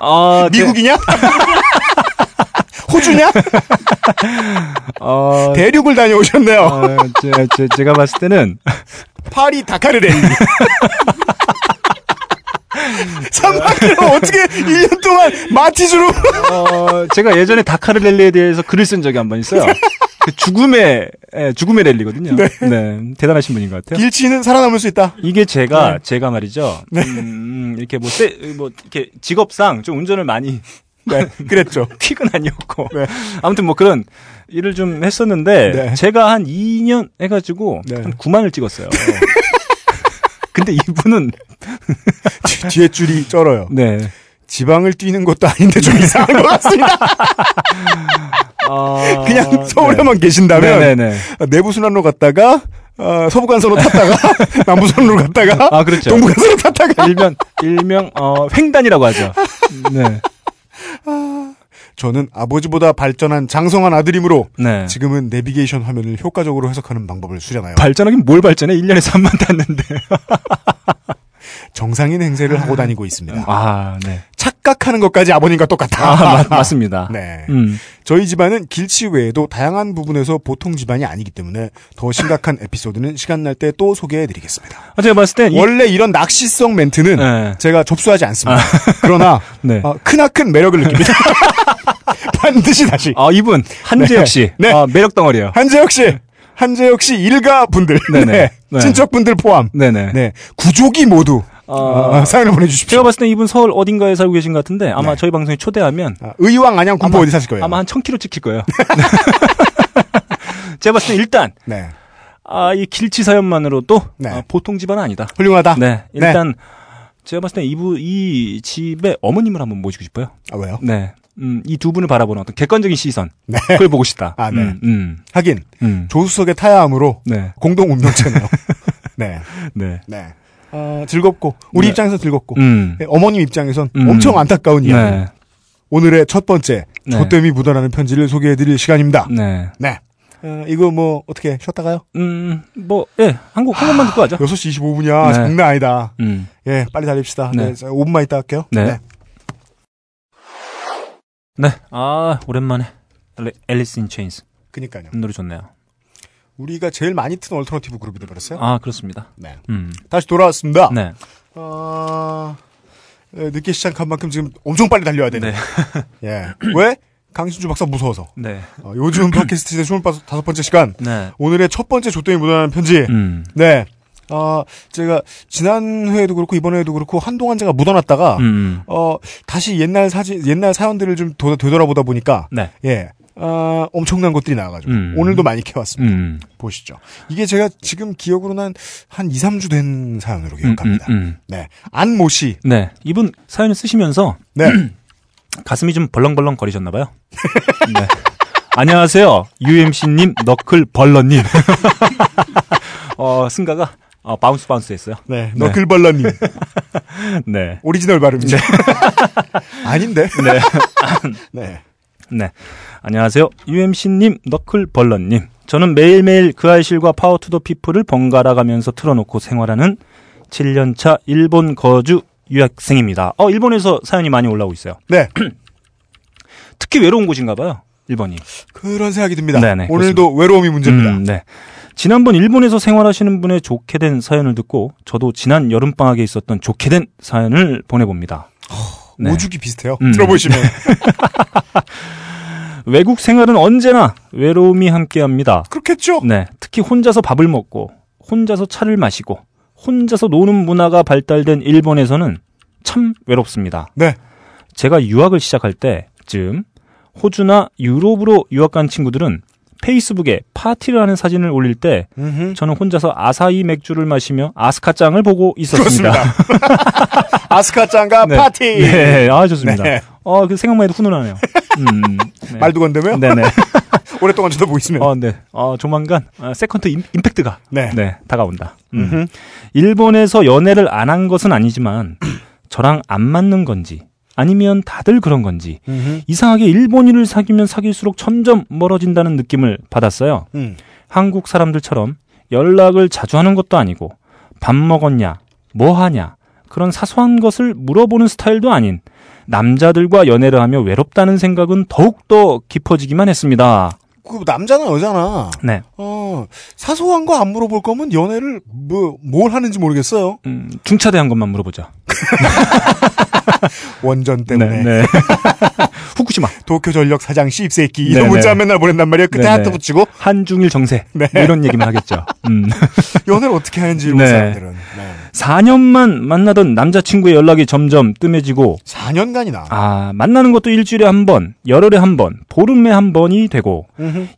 [SPEAKER 2] 아 제-
[SPEAKER 3] 미국이냐? 호주냐?
[SPEAKER 2] 아,
[SPEAKER 3] 대륙을 다녀오셨네요.
[SPEAKER 2] 아, 제, 제, 제가 봤을 때는
[SPEAKER 3] 파리 다카르 레이. 3만 킬로 어떻게 1년 동안 마티즈로
[SPEAKER 2] 어, 제가 예전에 다카르 랠리에 대해서 글을 쓴 적이 한 번 있어요. 그 죽음의 예, 죽음의 랠리거든요. 네. 대단하신 분인 것 같아요.
[SPEAKER 3] 길치는 살아남을 수 있다.
[SPEAKER 2] 이게 제가 제가 말이죠. 음, 이렇게 뭐, 세, 뭐 이렇게 직업상 좀 운전을 많이
[SPEAKER 3] 네, 그랬죠.
[SPEAKER 2] 퀵은 아니었고
[SPEAKER 3] 네.
[SPEAKER 2] 아무튼 뭐 그런 일을 좀 했었는데
[SPEAKER 3] 네.
[SPEAKER 2] 제가 한 2년 해가지고
[SPEAKER 3] 네.
[SPEAKER 2] 한 9만을 찍었어요. 근데 이분은
[SPEAKER 3] 뒤- 뒤에 줄이 쩔어요.
[SPEAKER 2] 네.
[SPEAKER 3] 지방을 뛰는 것도 아닌데 좀 이상한 것 같습니다.
[SPEAKER 2] 아,
[SPEAKER 3] 그냥 서울에만 계신다면
[SPEAKER 2] 네네네.
[SPEAKER 3] 내부 순환로 갔다가 어, 서부간선로 탔다가 남부선로 갔다가
[SPEAKER 2] 아, 그렇죠.
[SPEAKER 3] 동부간선로 탔다가
[SPEAKER 2] 일명 일명 어, 횡단이라고 하죠. 네.
[SPEAKER 3] 저는 아버지보다 발전한 장성한 아들이므로
[SPEAKER 2] 네.
[SPEAKER 3] 지금은 내비게이션 화면을 효과적으로 해석하는 방법을 수련하여
[SPEAKER 2] 발전하긴 뭘 발전해? 1년에 3만 탔는데.
[SPEAKER 3] 정상인 행세를 하고 다니고 있습니다.
[SPEAKER 2] 아, 네.
[SPEAKER 3] 착각하는 것까지 아버님과 똑같다.
[SPEAKER 2] 아, 맞, 습니다
[SPEAKER 3] 네.
[SPEAKER 2] 음.
[SPEAKER 3] 저희 집안은 길치 외에도 다양한 부분에서 보통 집안이 아니기 때문에 더 심각한 에피소드는 시간 날 때 또 소개해드리겠습니다.
[SPEAKER 2] 아, 제가 봤을 땐 이,
[SPEAKER 3] 원래 이런 낚시성 멘트는
[SPEAKER 2] 네.
[SPEAKER 3] 제가 접수하지 않습니다. 그러나
[SPEAKER 2] 네.
[SPEAKER 3] 어, 크나큰 매력을 느낍니다. 반드시 다시
[SPEAKER 2] 아, 이분 한재혁
[SPEAKER 3] 네.
[SPEAKER 2] 씨.
[SPEAKER 3] 네.
[SPEAKER 2] 아, 매력 덩어리예요.
[SPEAKER 3] 한재혁 씨, 한재혁 씨 일가 분들,
[SPEAKER 2] 네네.
[SPEAKER 3] 네.
[SPEAKER 2] 네.
[SPEAKER 3] 친척분들 포함,
[SPEAKER 2] 네, 네.
[SPEAKER 3] 네 구족이 모두
[SPEAKER 2] 어,
[SPEAKER 3] 어, 사연을 보내주십시오.
[SPEAKER 2] 제가 봤을 땐 이분 서울 어딘가에 살고 계신 것 같은데 아마 저희 방송에 초대하면
[SPEAKER 3] 아, 의왕 안양 군포 네. 어디 사실 거예요?
[SPEAKER 2] 아마 한 1000km 찍힐 거예요. 제가 봤을 땐 일단
[SPEAKER 3] 네,
[SPEAKER 2] 아, 이 길치 사연만으로도
[SPEAKER 3] 네.
[SPEAKER 2] 아, 보통 집안은 아니다.
[SPEAKER 3] 훌륭하다.
[SPEAKER 2] 네. 일단 제가 봤을 땐 이부 이 집의 어머님을 한번 모시고 싶어요.
[SPEAKER 3] 아, 왜요?
[SPEAKER 2] 네. 음, 이 두 분을 바라보는 어떤 객관적인 시선.
[SPEAKER 3] 네.
[SPEAKER 2] 그걸 보고 싶다.
[SPEAKER 3] 아, 네.
[SPEAKER 2] 음, 음,
[SPEAKER 3] 하긴
[SPEAKER 2] 음.
[SPEAKER 3] 조수석의 타야함으로
[SPEAKER 2] 네.
[SPEAKER 3] 공동 운명체네요. 네,
[SPEAKER 2] 네.
[SPEAKER 3] 네. 어, 즐겁고 우리
[SPEAKER 2] 네.
[SPEAKER 3] 입장에서 즐겁고
[SPEAKER 2] 음.
[SPEAKER 3] 네, 어머님 입장에선
[SPEAKER 2] 음.
[SPEAKER 3] 엄청 안타까운 이야기.
[SPEAKER 2] 네.
[SPEAKER 3] 오늘의 첫 번째
[SPEAKER 2] 네.
[SPEAKER 3] 조땜이 묻어나는 편지를 소개해드릴 시간입니다.
[SPEAKER 2] 네.
[SPEAKER 3] 네. 어, 이거 뭐 어떻게 쉬었다가요?
[SPEAKER 2] 음, 뭐, 예, 한 곡, 한 곡만 듣고 가죠.
[SPEAKER 3] 6시 25분이야.
[SPEAKER 2] 네.
[SPEAKER 3] 장난 아니다.
[SPEAKER 2] 음.
[SPEAKER 3] 예, 빨리 달립시다.
[SPEAKER 2] 네.
[SPEAKER 3] 네. 5분만 있다 할게요.
[SPEAKER 2] 네. 네. 아, 오랜만에. 앨리- 앨리스 인 체인스.
[SPEAKER 3] 그니까요.
[SPEAKER 2] 이 노래 좋네요.
[SPEAKER 3] 우리가 제일 많이 튼 얼터너티브 그룹이 돼버렸어요.
[SPEAKER 2] 아, 그렇습니다.
[SPEAKER 3] 네.
[SPEAKER 2] 음.
[SPEAKER 3] 다시 돌아왔습니다.
[SPEAKER 2] 네.
[SPEAKER 3] 아, 네, 늦게 시작한 만큼 지금 엄청 빨리 달려야 되네.
[SPEAKER 2] 네.
[SPEAKER 3] 예. 왜? 강신주 박사 무서워서.
[SPEAKER 2] 네.
[SPEAKER 3] 어, 요즘 팟캐스트 시대 25번째 시간.
[SPEAKER 2] 네.
[SPEAKER 3] 오늘의 첫 번째 조땡이 묻어나는 편지.
[SPEAKER 2] 음.
[SPEAKER 3] 네. 아, 제가 지난 회에도 그렇고 이번 회에도 그렇고 한동안 제가 묻어놨다가
[SPEAKER 2] 음.
[SPEAKER 3] 어, 다시 옛날 사진 옛날 사연들을 좀 도- 되돌아보다 보니까
[SPEAKER 2] 네.
[SPEAKER 3] 예. 아, 엄청난 것들이 나와가지고
[SPEAKER 2] 음.
[SPEAKER 3] 오늘도 많이 캐왔습니다.
[SPEAKER 2] 음.
[SPEAKER 3] 보시죠. 이게 제가 지금 기억으로는 한 2, 3주 된 사연으로 기억합니다.
[SPEAKER 2] 음, 음,
[SPEAKER 3] 네. 안모 씨.
[SPEAKER 2] 음. 네. 이분 사연을 쓰시면서
[SPEAKER 3] 네.
[SPEAKER 2] 가슴이 좀 벌렁벌렁 거리셨나봐요. 네. 안녕하세요. UMC님, 너클 벌러님. 어, 승가가 어, 바운스 바운스 했어요.
[SPEAKER 3] 네. 너클벌러님.
[SPEAKER 2] 네.
[SPEAKER 3] 오리지널 발음이죠. 아닌데? 네. 네.
[SPEAKER 2] 네. 안녕하세요. UMC님, 너클벌러님. 저는 매일매일 그 아이실과 파워 투더 피플을 번갈아 가면서 틀어놓고 생활하는 7년차 일본 거주 유학생입니다. 어, 일본에서 사연이 많이 올라오고 있어요.
[SPEAKER 3] 네.
[SPEAKER 2] 특히 외로운 곳인가 봐요. 일본이.
[SPEAKER 3] 그런 생각이 듭니다.
[SPEAKER 2] 네네,
[SPEAKER 3] 오늘도 외로움이 문제입니다.
[SPEAKER 2] 음, 네. 지난번 일본에서 생활하시는 분의 좋게 된 사연을 듣고 저도 지난 여름방학에 있었던 좋게 된 사연을 보내봅니다. 네.
[SPEAKER 3] 오죽이 비슷해요.
[SPEAKER 2] 음.
[SPEAKER 3] 들어보시면.
[SPEAKER 2] 외국 생활은 언제나 외로움이 함께합니다.
[SPEAKER 3] 그렇겠죠?
[SPEAKER 2] 네. 특히 혼자서 밥을 먹고, 혼자서 차를 마시고, 혼자서 노는 문화가 발달된 일본에서는 참 외롭습니다.
[SPEAKER 3] 네.
[SPEAKER 2] 제가 유학을 시작할 때쯤 호주나 유럽으로 유학 간 친구들은 페이스북에 파티를 하는 사진을 올릴 때
[SPEAKER 3] 음흠.
[SPEAKER 2] 저는 혼자서 아사히 맥주를 마시며 아스카짱을 보고 있었습니다.
[SPEAKER 3] 아스카 짱과
[SPEAKER 2] 네.
[SPEAKER 3] 파티!
[SPEAKER 2] 네, 아 좋습니다.
[SPEAKER 3] 네.
[SPEAKER 2] 어, 그 생각만 해도 훈훈하네요. 음, 네.
[SPEAKER 3] 말도 건데며?
[SPEAKER 2] 네네.
[SPEAKER 3] 오랫동안 쳐다보고 있으면.
[SPEAKER 2] 어, 네. 어, 조만간 아, 세컨드 임, 팩트가
[SPEAKER 3] 네.
[SPEAKER 2] 다가온다. 음.
[SPEAKER 3] 음흠.
[SPEAKER 2] 일본에서 연애를 안 한 것은 아니지만 저랑 안 맞는 건지 아니면 다들 그런 건지
[SPEAKER 3] 음흠.
[SPEAKER 2] 이상하게 일본인을 사귀면 사귈수록 점점 멀어진다는 느낌을 받았어요.
[SPEAKER 3] 음.
[SPEAKER 2] 한국 사람들처럼 연락을 자주 하는 것도 아니고 밥 먹었냐, 뭐 하냐 그런 사소한 것을 물어보는 스타일도 아닌 남자들과 연애를 하며 외롭다는 생각은 더욱더 깊어지기만 했습니다.
[SPEAKER 3] 그 남자나 여자나
[SPEAKER 2] 네.
[SPEAKER 3] 어 사소한 거 안 물어볼 거면 연애를 뭐 뭘 하는지 모르겠어요.
[SPEAKER 2] 음, 중차대한 것만 물어보자.
[SPEAKER 3] 원전 때문에
[SPEAKER 2] 네. 후쿠시마.
[SPEAKER 3] 도쿄 전력 사장 씹새끼
[SPEAKER 2] 네,
[SPEAKER 3] 이런
[SPEAKER 2] 네.
[SPEAKER 3] 문자 맨날 보낸단 말이에요. 그때
[SPEAKER 2] 네,
[SPEAKER 3] 하트
[SPEAKER 2] 네.
[SPEAKER 3] 붙이고
[SPEAKER 2] 한중일 정세. 뭐 이런 얘기만 하겠죠. 음.
[SPEAKER 3] 연애를 어떻게 하는지 일본
[SPEAKER 2] 네.
[SPEAKER 3] 사람들은 네.
[SPEAKER 2] 4년만 만나던 남자친구의 연락이 점점 뜸해지고,
[SPEAKER 3] 4년간이나
[SPEAKER 2] 아, 만나는 것도 일주일에 한 번, 열흘에 한 번, 보름에 한 번이 되고,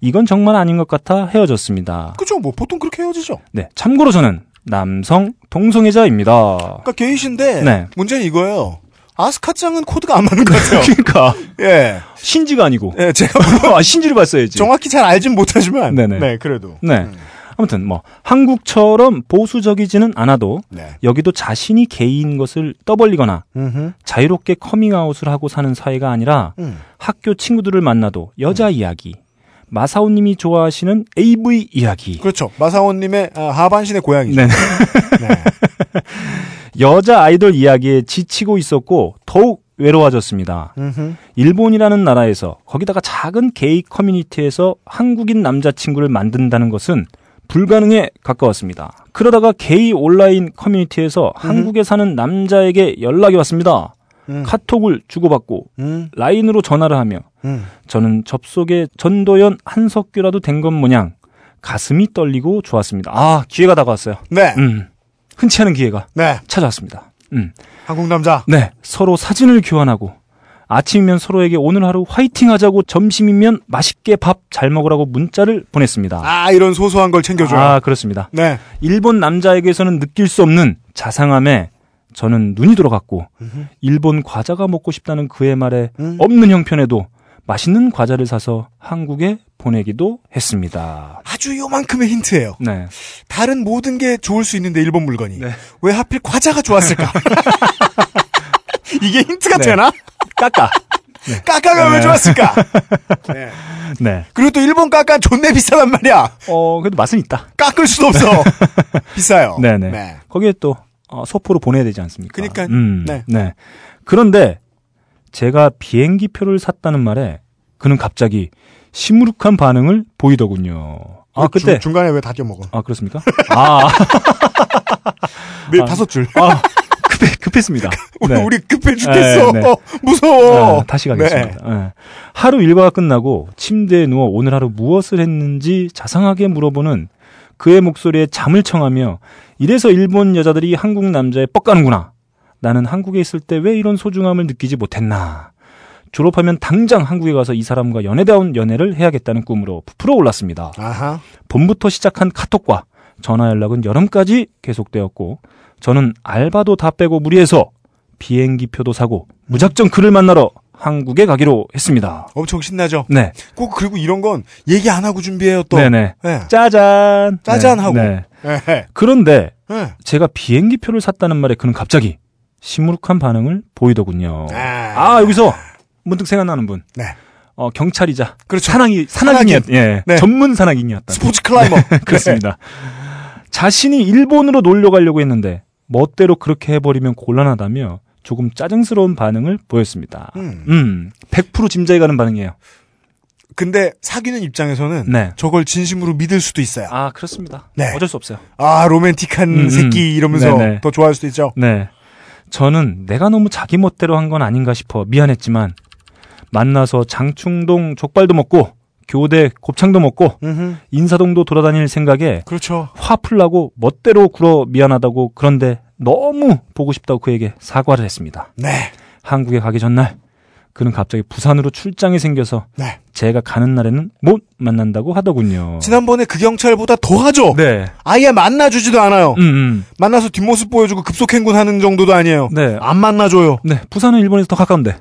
[SPEAKER 2] 이건 정말 아닌 것 같아 헤어졌습니다.
[SPEAKER 3] 그죠? 뭐 보통 그렇게 헤어지죠.
[SPEAKER 2] 네, 참고로 저는 남성 동성애자입니다.
[SPEAKER 3] 그러니까 게이신데
[SPEAKER 2] 네.
[SPEAKER 3] 문제는 이거예요. 아스카짱은 코드가 안 맞는 것 같아요.
[SPEAKER 2] 그러니까
[SPEAKER 3] 예,
[SPEAKER 2] 신지가 아니고
[SPEAKER 3] 예, 제가
[SPEAKER 2] 아, 신지를 봤어야지.
[SPEAKER 3] 정확히 잘 알진 못하지만
[SPEAKER 2] 네네.
[SPEAKER 3] 네 그래도
[SPEAKER 2] 네. 아무튼 뭐 한국처럼 보수적이지는 않아도
[SPEAKER 3] 네.
[SPEAKER 2] 여기도 자신이 게이인 것을 떠벌리거나 자유롭게 커밍아웃을 하고 사는 사회가 아니라
[SPEAKER 3] 음.
[SPEAKER 2] 학교 친구들을 만나도 여자 이야기, 마사오님이 좋아하시는 AV 이야기,
[SPEAKER 3] 그렇죠. 마사오님의 아, 하반신의 고양이죠.
[SPEAKER 2] 네.
[SPEAKER 3] 네.
[SPEAKER 2] 여자 아이돌 이야기에 지치고 있었고 더욱 외로워졌습니다.
[SPEAKER 3] 음흠.
[SPEAKER 2] 일본이라는 나라에서 거기다가 작은 게이 커뮤니티에서 한국인 남자친구를 만든다는 것은 불가능에 가까웠습니다. 그러다가 게이 온라인 커뮤니티에서 한국에 사는 남자에게 연락이 왔습니다.
[SPEAKER 3] 음.
[SPEAKER 2] 카톡을 주고받고
[SPEAKER 3] 음.
[SPEAKER 2] 라인으로 전화를 하며
[SPEAKER 3] 음.
[SPEAKER 2] 저는 접속에 전도연 한석규라도 된 것 모양 가슴이 떨리고 좋았습니다. 아 기회가 다가왔어요.
[SPEAKER 3] 네.
[SPEAKER 2] 음 흔치 않은 기회가
[SPEAKER 3] 네.
[SPEAKER 2] 찾아왔습니다. 음
[SPEAKER 3] 한국 남자.
[SPEAKER 2] 네, 서로 사진을 교환하고 아침이면 서로에게 오늘 하루 화이팅 하자고 점심이면 맛있게 밥 잘 먹으라고 문자를 보냈습니다.
[SPEAKER 3] 아, 이런 소소한 걸 챙겨줘요.
[SPEAKER 2] 아, 그렇습니다.
[SPEAKER 3] 네.
[SPEAKER 2] 일본 남자에게서는 느낄 수 없는 자상함에 저는 눈이 돌아갔고 일본 과자가 먹고 싶다는 그의 말에
[SPEAKER 3] 음.
[SPEAKER 2] 없는 형편에도 맛있는 과자를 사서 한국에 보내기도 했습니다.
[SPEAKER 3] 아주 요만큼의 힌트예요.
[SPEAKER 2] 네.
[SPEAKER 3] 다른 모든 게 좋을 수 있는데 일본 물건이 왜 하필 과자가 좋았을까? 이게 힌트가
[SPEAKER 2] 네.
[SPEAKER 3] 되나?
[SPEAKER 2] 까까.
[SPEAKER 3] 까까가 왜 좋았을까? 네.
[SPEAKER 2] 네.
[SPEAKER 3] 그리고 또 일본 까까는 존내 비싸단 말이야.
[SPEAKER 2] 어, 그래도 맛은 있다.
[SPEAKER 3] 깎을 수도 없어. 비싸요.
[SPEAKER 2] 네네.
[SPEAKER 3] 네.
[SPEAKER 2] 거기에 또 어, 소포로 보내야 되지 않습니까?
[SPEAKER 3] 그러니까요.
[SPEAKER 2] 음,
[SPEAKER 3] 네.
[SPEAKER 2] 네. 그런데 제가 비행기 표를 샀다는 말에 그는 갑자기 시무룩한 반응을 보이더군요. 아,
[SPEAKER 3] 그
[SPEAKER 2] 그때.
[SPEAKER 3] 중, 간에 왜 다 떼먹어?
[SPEAKER 2] 아, 그렇습니까? 아,
[SPEAKER 3] 네,
[SPEAKER 2] 아.
[SPEAKER 3] 다섯 줄.
[SPEAKER 2] 아, 급해, 급했습니다. 네.
[SPEAKER 3] 우리 급해 죽겠어.
[SPEAKER 2] 네, 네.
[SPEAKER 3] 무서워.
[SPEAKER 2] 아, 다시
[SPEAKER 3] 네.
[SPEAKER 2] 가겠습니다. 예. 하루 일과가 끝나고 침대에 누워 오늘 하루 무엇을 했는지 자상하게 물어보는 그의 목소리에 잠을 청하며 이래서 일본 여자들이 한국 남자에 뻑 가는구나. 나는 한국에 있을 때 왜 이런 소중함을 느끼지 못했나. 졸업하면 당장 한국에 가서 이 사람과 연애다운 연애를 해야겠다는 꿈으로 부풀어 올랐습니다.
[SPEAKER 3] 아하.
[SPEAKER 2] 봄부터 시작한 카톡과 전화 연락은 여름까지 계속되었고 저는 알바도 다 빼고 무리해서 비행기표도 사고 무작정 그를 만나러 한국에 가기로 했습니다.
[SPEAKER 3] 엄청 신나죠?
[SPEAKER 2] 네.
[SPEAKER 3] 꼭 그리고 이런 건 얘기 안 하고 준비해요 또.
[SPEAKER 2] 네네.
[SPEAKER 3] 네.
[SPEAKER 2] 짜잔.
[SPEAKER 3] 짜잔
[SPEAKER 2] 네,
[SPEAKER 3] 하고.
[SPEAKER 2] 네.
[SPEAKER 3] 네.
[SPEAKER 2] 그런데
[SPEAKER 3] 네.
[SPEAKER 2] 제가 비행기표를 샀다는 말에 그는 갑자기 시무룩한 반응을 보이더군요.
[SPEAKER 3] 아.
[SPEAKER 2] 아, 여기서 문득 생각나는 분.
[SPEAKER 3] 네.
[SPEAKER 2] 어, 경찰이자
[SPEAKER 3] 그렇죠.
[SPEAKER 2] 산악이 산악인이었 예.
[SPEAKER 3] 네.
[SPEAKER 2] 전문 산악인이었다.
[SPEAKER 3] 스포츠 클라이머.
[SPEAKER 2] 네. 그렇습니다. 자신이 일본으로 놀러 가려고 했는데 멋대로 그렇게 해버리면 곤란하다며 조금 짜증스러운 반응을 보였습니다.
[SPEAKER 3] 음.
[SPEAKER 2] 음, 100% 짐작이 가는 반응이에요.
[SPEAKER 3] 근데 사귀는 입장에서는
[SPEAKER 2] 네.
[SPEAKER 3] 저걸 진심으로 믿을 수도 있어요.
[SPEAKER 2] 아 그렇습니다.
[SPEAKER 3] 네.
[SPEAKER 2] 어쩔 수 없어요.
[SPEAKER 3] 아, 로맨틱한
[SPEAKER 2] 음, 음.
[SPEAKER 3] 새끼 이러면서
[SPEAKER 2] 네네.
[SPEAKER 3] 더 좋아할 수도 있죠.
[SPEAKER 2] 네, 저는 내가 너무 자기 멋대로 한 건 아닌가 싶어 미안했지만 만나서 장충동 족발도 먹고 교대 곱창도 먹고
[SPEAKER 3] 음흠.
[SPEAKER 2] 인사동도 돌아다닐 생각에
[SPEAKER 3] 그렇죠.
[SPEAKER 2] 화풀라고 멋대로 굴어 미안하다고 그런데 너무 보고 싶다고 그에게 사과를 했습니다.
[SPEAKER 3] 네.
[SPEAKER 2] 한국에 가기 전날 그는 갑자기 부산으로 출장이 생겨서
[SPEAKER 3] 네.
[SPEAKER 2] 제가 가는 날에는 못 만난다고 하더군요.
[SPEAKER 3] 지난번에 그 경찰보다 더 하죠.
[SPEAKER 2] 어. 네.
[SPEAKER 3] 아예 만나주지도 않아요.
[SPEAKER 2] 음,
[SPEAKER 3] 만나서 뒷모습 보여주고 급속행군 하는 정도도 아니에요.
[SPEAKER 2] 음. 네.
[SPEAKER 3] 안 만나줘요.
[SPEAKER 2] 네. 부산은 일본에서 더 가까운데.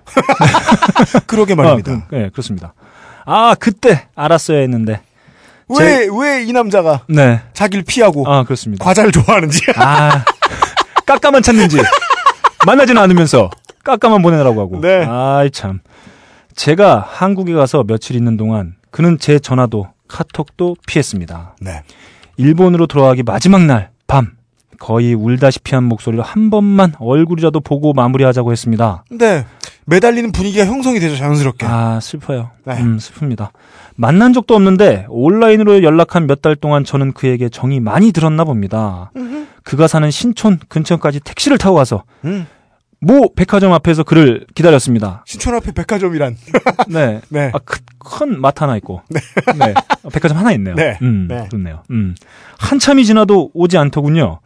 [SPEAKER 3] 그러게
[SPEAKER 2] 아,
[SPEAKER 3] 말입니다.
[SPEAKER 2] 그, 네, 그렇습니다. 아, 그때 알았어야 했는데. 그-
[SPEAKER 3] 왜 왜 이 남자가
[SPEAKER 2] 네.
[SPEAKER 3] 자기를 피하고
[SPEAKER 2] 아, 그렇습니다.
[SPEAKER 3] 어. 과자를 좋아하는지
[SPEAKER 2] 아. 깎아만 찾는지. 만나지는 않으면서 깎아만 보내라고 하고.
[SPEAKER 3] 네.
[SPEAKER 2] 아이, 참. 제가 한국에 가서 며칠 있는 동안 그는 제 전화도 카톡도 피했습니다.
[SPEAKER 3] 네.
[SPEAKER 2] 일본으로 돌아가기 마지막 날, 밤. 거의 울다시피 한 목소리로 한 번만 얼굴이라도 보고 마무리하자고 했습니다.
[SPEAKER 3] 근데 매달리는 분위기가 형성이 되죠 자연스럽게.
[SPEAKER 2] 아, 슬퍼요.
[SPEAKER 3] 네.
[SPEAKER 2] 음, 슬픕니다. 만난 적도 없는데 온라인으로 연락한 몇 달 동안 저는 그에게 정이 많이 들었나 봅니다. 그가 사는 신촌 근처까지 택시를 타고 와서
[SPEAKER 3] 음.
[SPEAKER 2] 모 백화점 앞에서 그를 기다렸습니다.
[SPEAKER 3] 신촌 앞에 백화점이란.
[SPEAKER 2] 네.
[SPEAKER 3] 네.
[SPEAKER 2] 아, 큰, 큰맛 하나 있고. 네. 아, 백화점 하나 있네요.
[SPEAKER 3] 네.
[SPEAKER 2] 음,
[SPEAKER 3] 네.
[SPEAKER 2] 좋네요. 음. 한참이 지나도 오지 않더군요.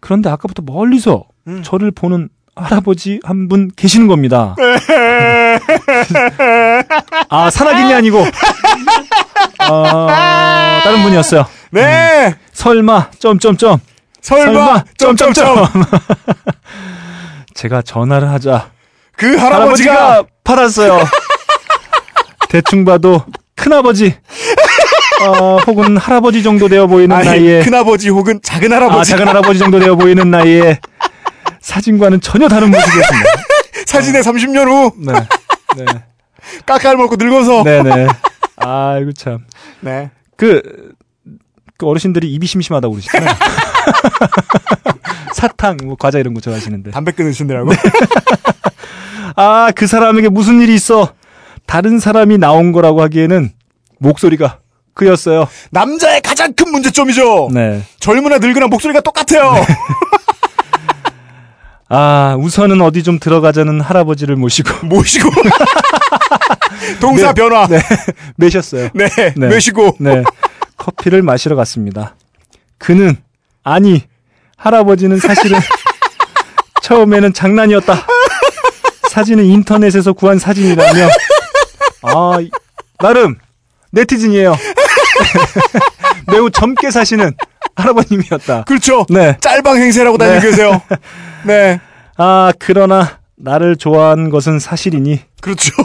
[SPEAKER 2] 그런데 아까부터 멀리서
[SPEAKER 3] 음.
[SPEAKER 2] 저를 보는 할아버지 한 분 계시는 겁니다. 아, 산악인이 아니고. 아, 다른 분이었어요.
[SPEAKER 3] 네.
[SPEAKER 2] 음. 설마, 점점점.
[SPEAKER 3] 설마 점점점
[SPEAKER 2] 제가 전화를 하자.
[SPEAKER 3] 그 할아버지가
[SPEAKER 2] 할아버지가 팔았어요. 대충 봐도 큰아버지, 어, 혹은 할아버지 정도 되어 보이는 나이에.
[SPEAKER 3] 아니 큰아버지 혹은 작은 할아버지
[SPEAKER 2] 아, 작은 할아버지 정도 되어 보이는 나이에 사진과는 전혀 다른 모습이었습니다. 아.
[SPEAKER 3] 사진에 30년 후
[SPEAKER 2] 네. 네.
[SPEAKER 3] 깎아 먹고 늙어서
[SPEAKER 2] 네네. 아이고 참.
[SPEAKER 3] 네.
[SPEAKER 2] 그, 그 어르신들이 입이 심심하다고 그러시죠. 사탕, 뭐 과자 이런 거 좋아하시는데.
[SPEAKER 3] 담배 끊으신다고
[SPEAKER 2] 네. 아, 그 사람에게 무슨 일이 있어. 다른 사람이 나온 거라고 하기에는 목소리가 그였어요.
[SPEAKER 3] 남자의 가장 큰 문제점이죠
[SPEAKER 2] 네.
[SPEAKER 3] 젊으나 늙으나 목소리가 똑같아요
[SPEAKER 2] 아, 우선은 어디 좀 들어가자는 할아버지를 모시고
[SPEAKER 3] 모시고 동사
[SPEAKER 2] 네.
[SPEAKER 3] 변화 네,
[SPEAKER 2] 매셨어요. 네.
[SPEAKER 3] 모시고
[SPEAKER 2] 네. 커피를 마시러 갔습니다. 그는, 아니, 할아버지는 사실은 처음에는 장난이었다. 사진은 인터넷에서 구한 사진이라며, 아, 이- 나름, 네티즌이에요. 매우 젊게 사시는 할아버님이었다.
[SPEAKER 3] 그렇죠
[SPEAKER 2] 네.
[SPEAKER 3] 짤방 행세라고 다니고 계세요 네
[SPEAKER 2] 아, 그러나, 나를 좋아한 것은 사실이니,
[SPEAKER 3] 그렇죠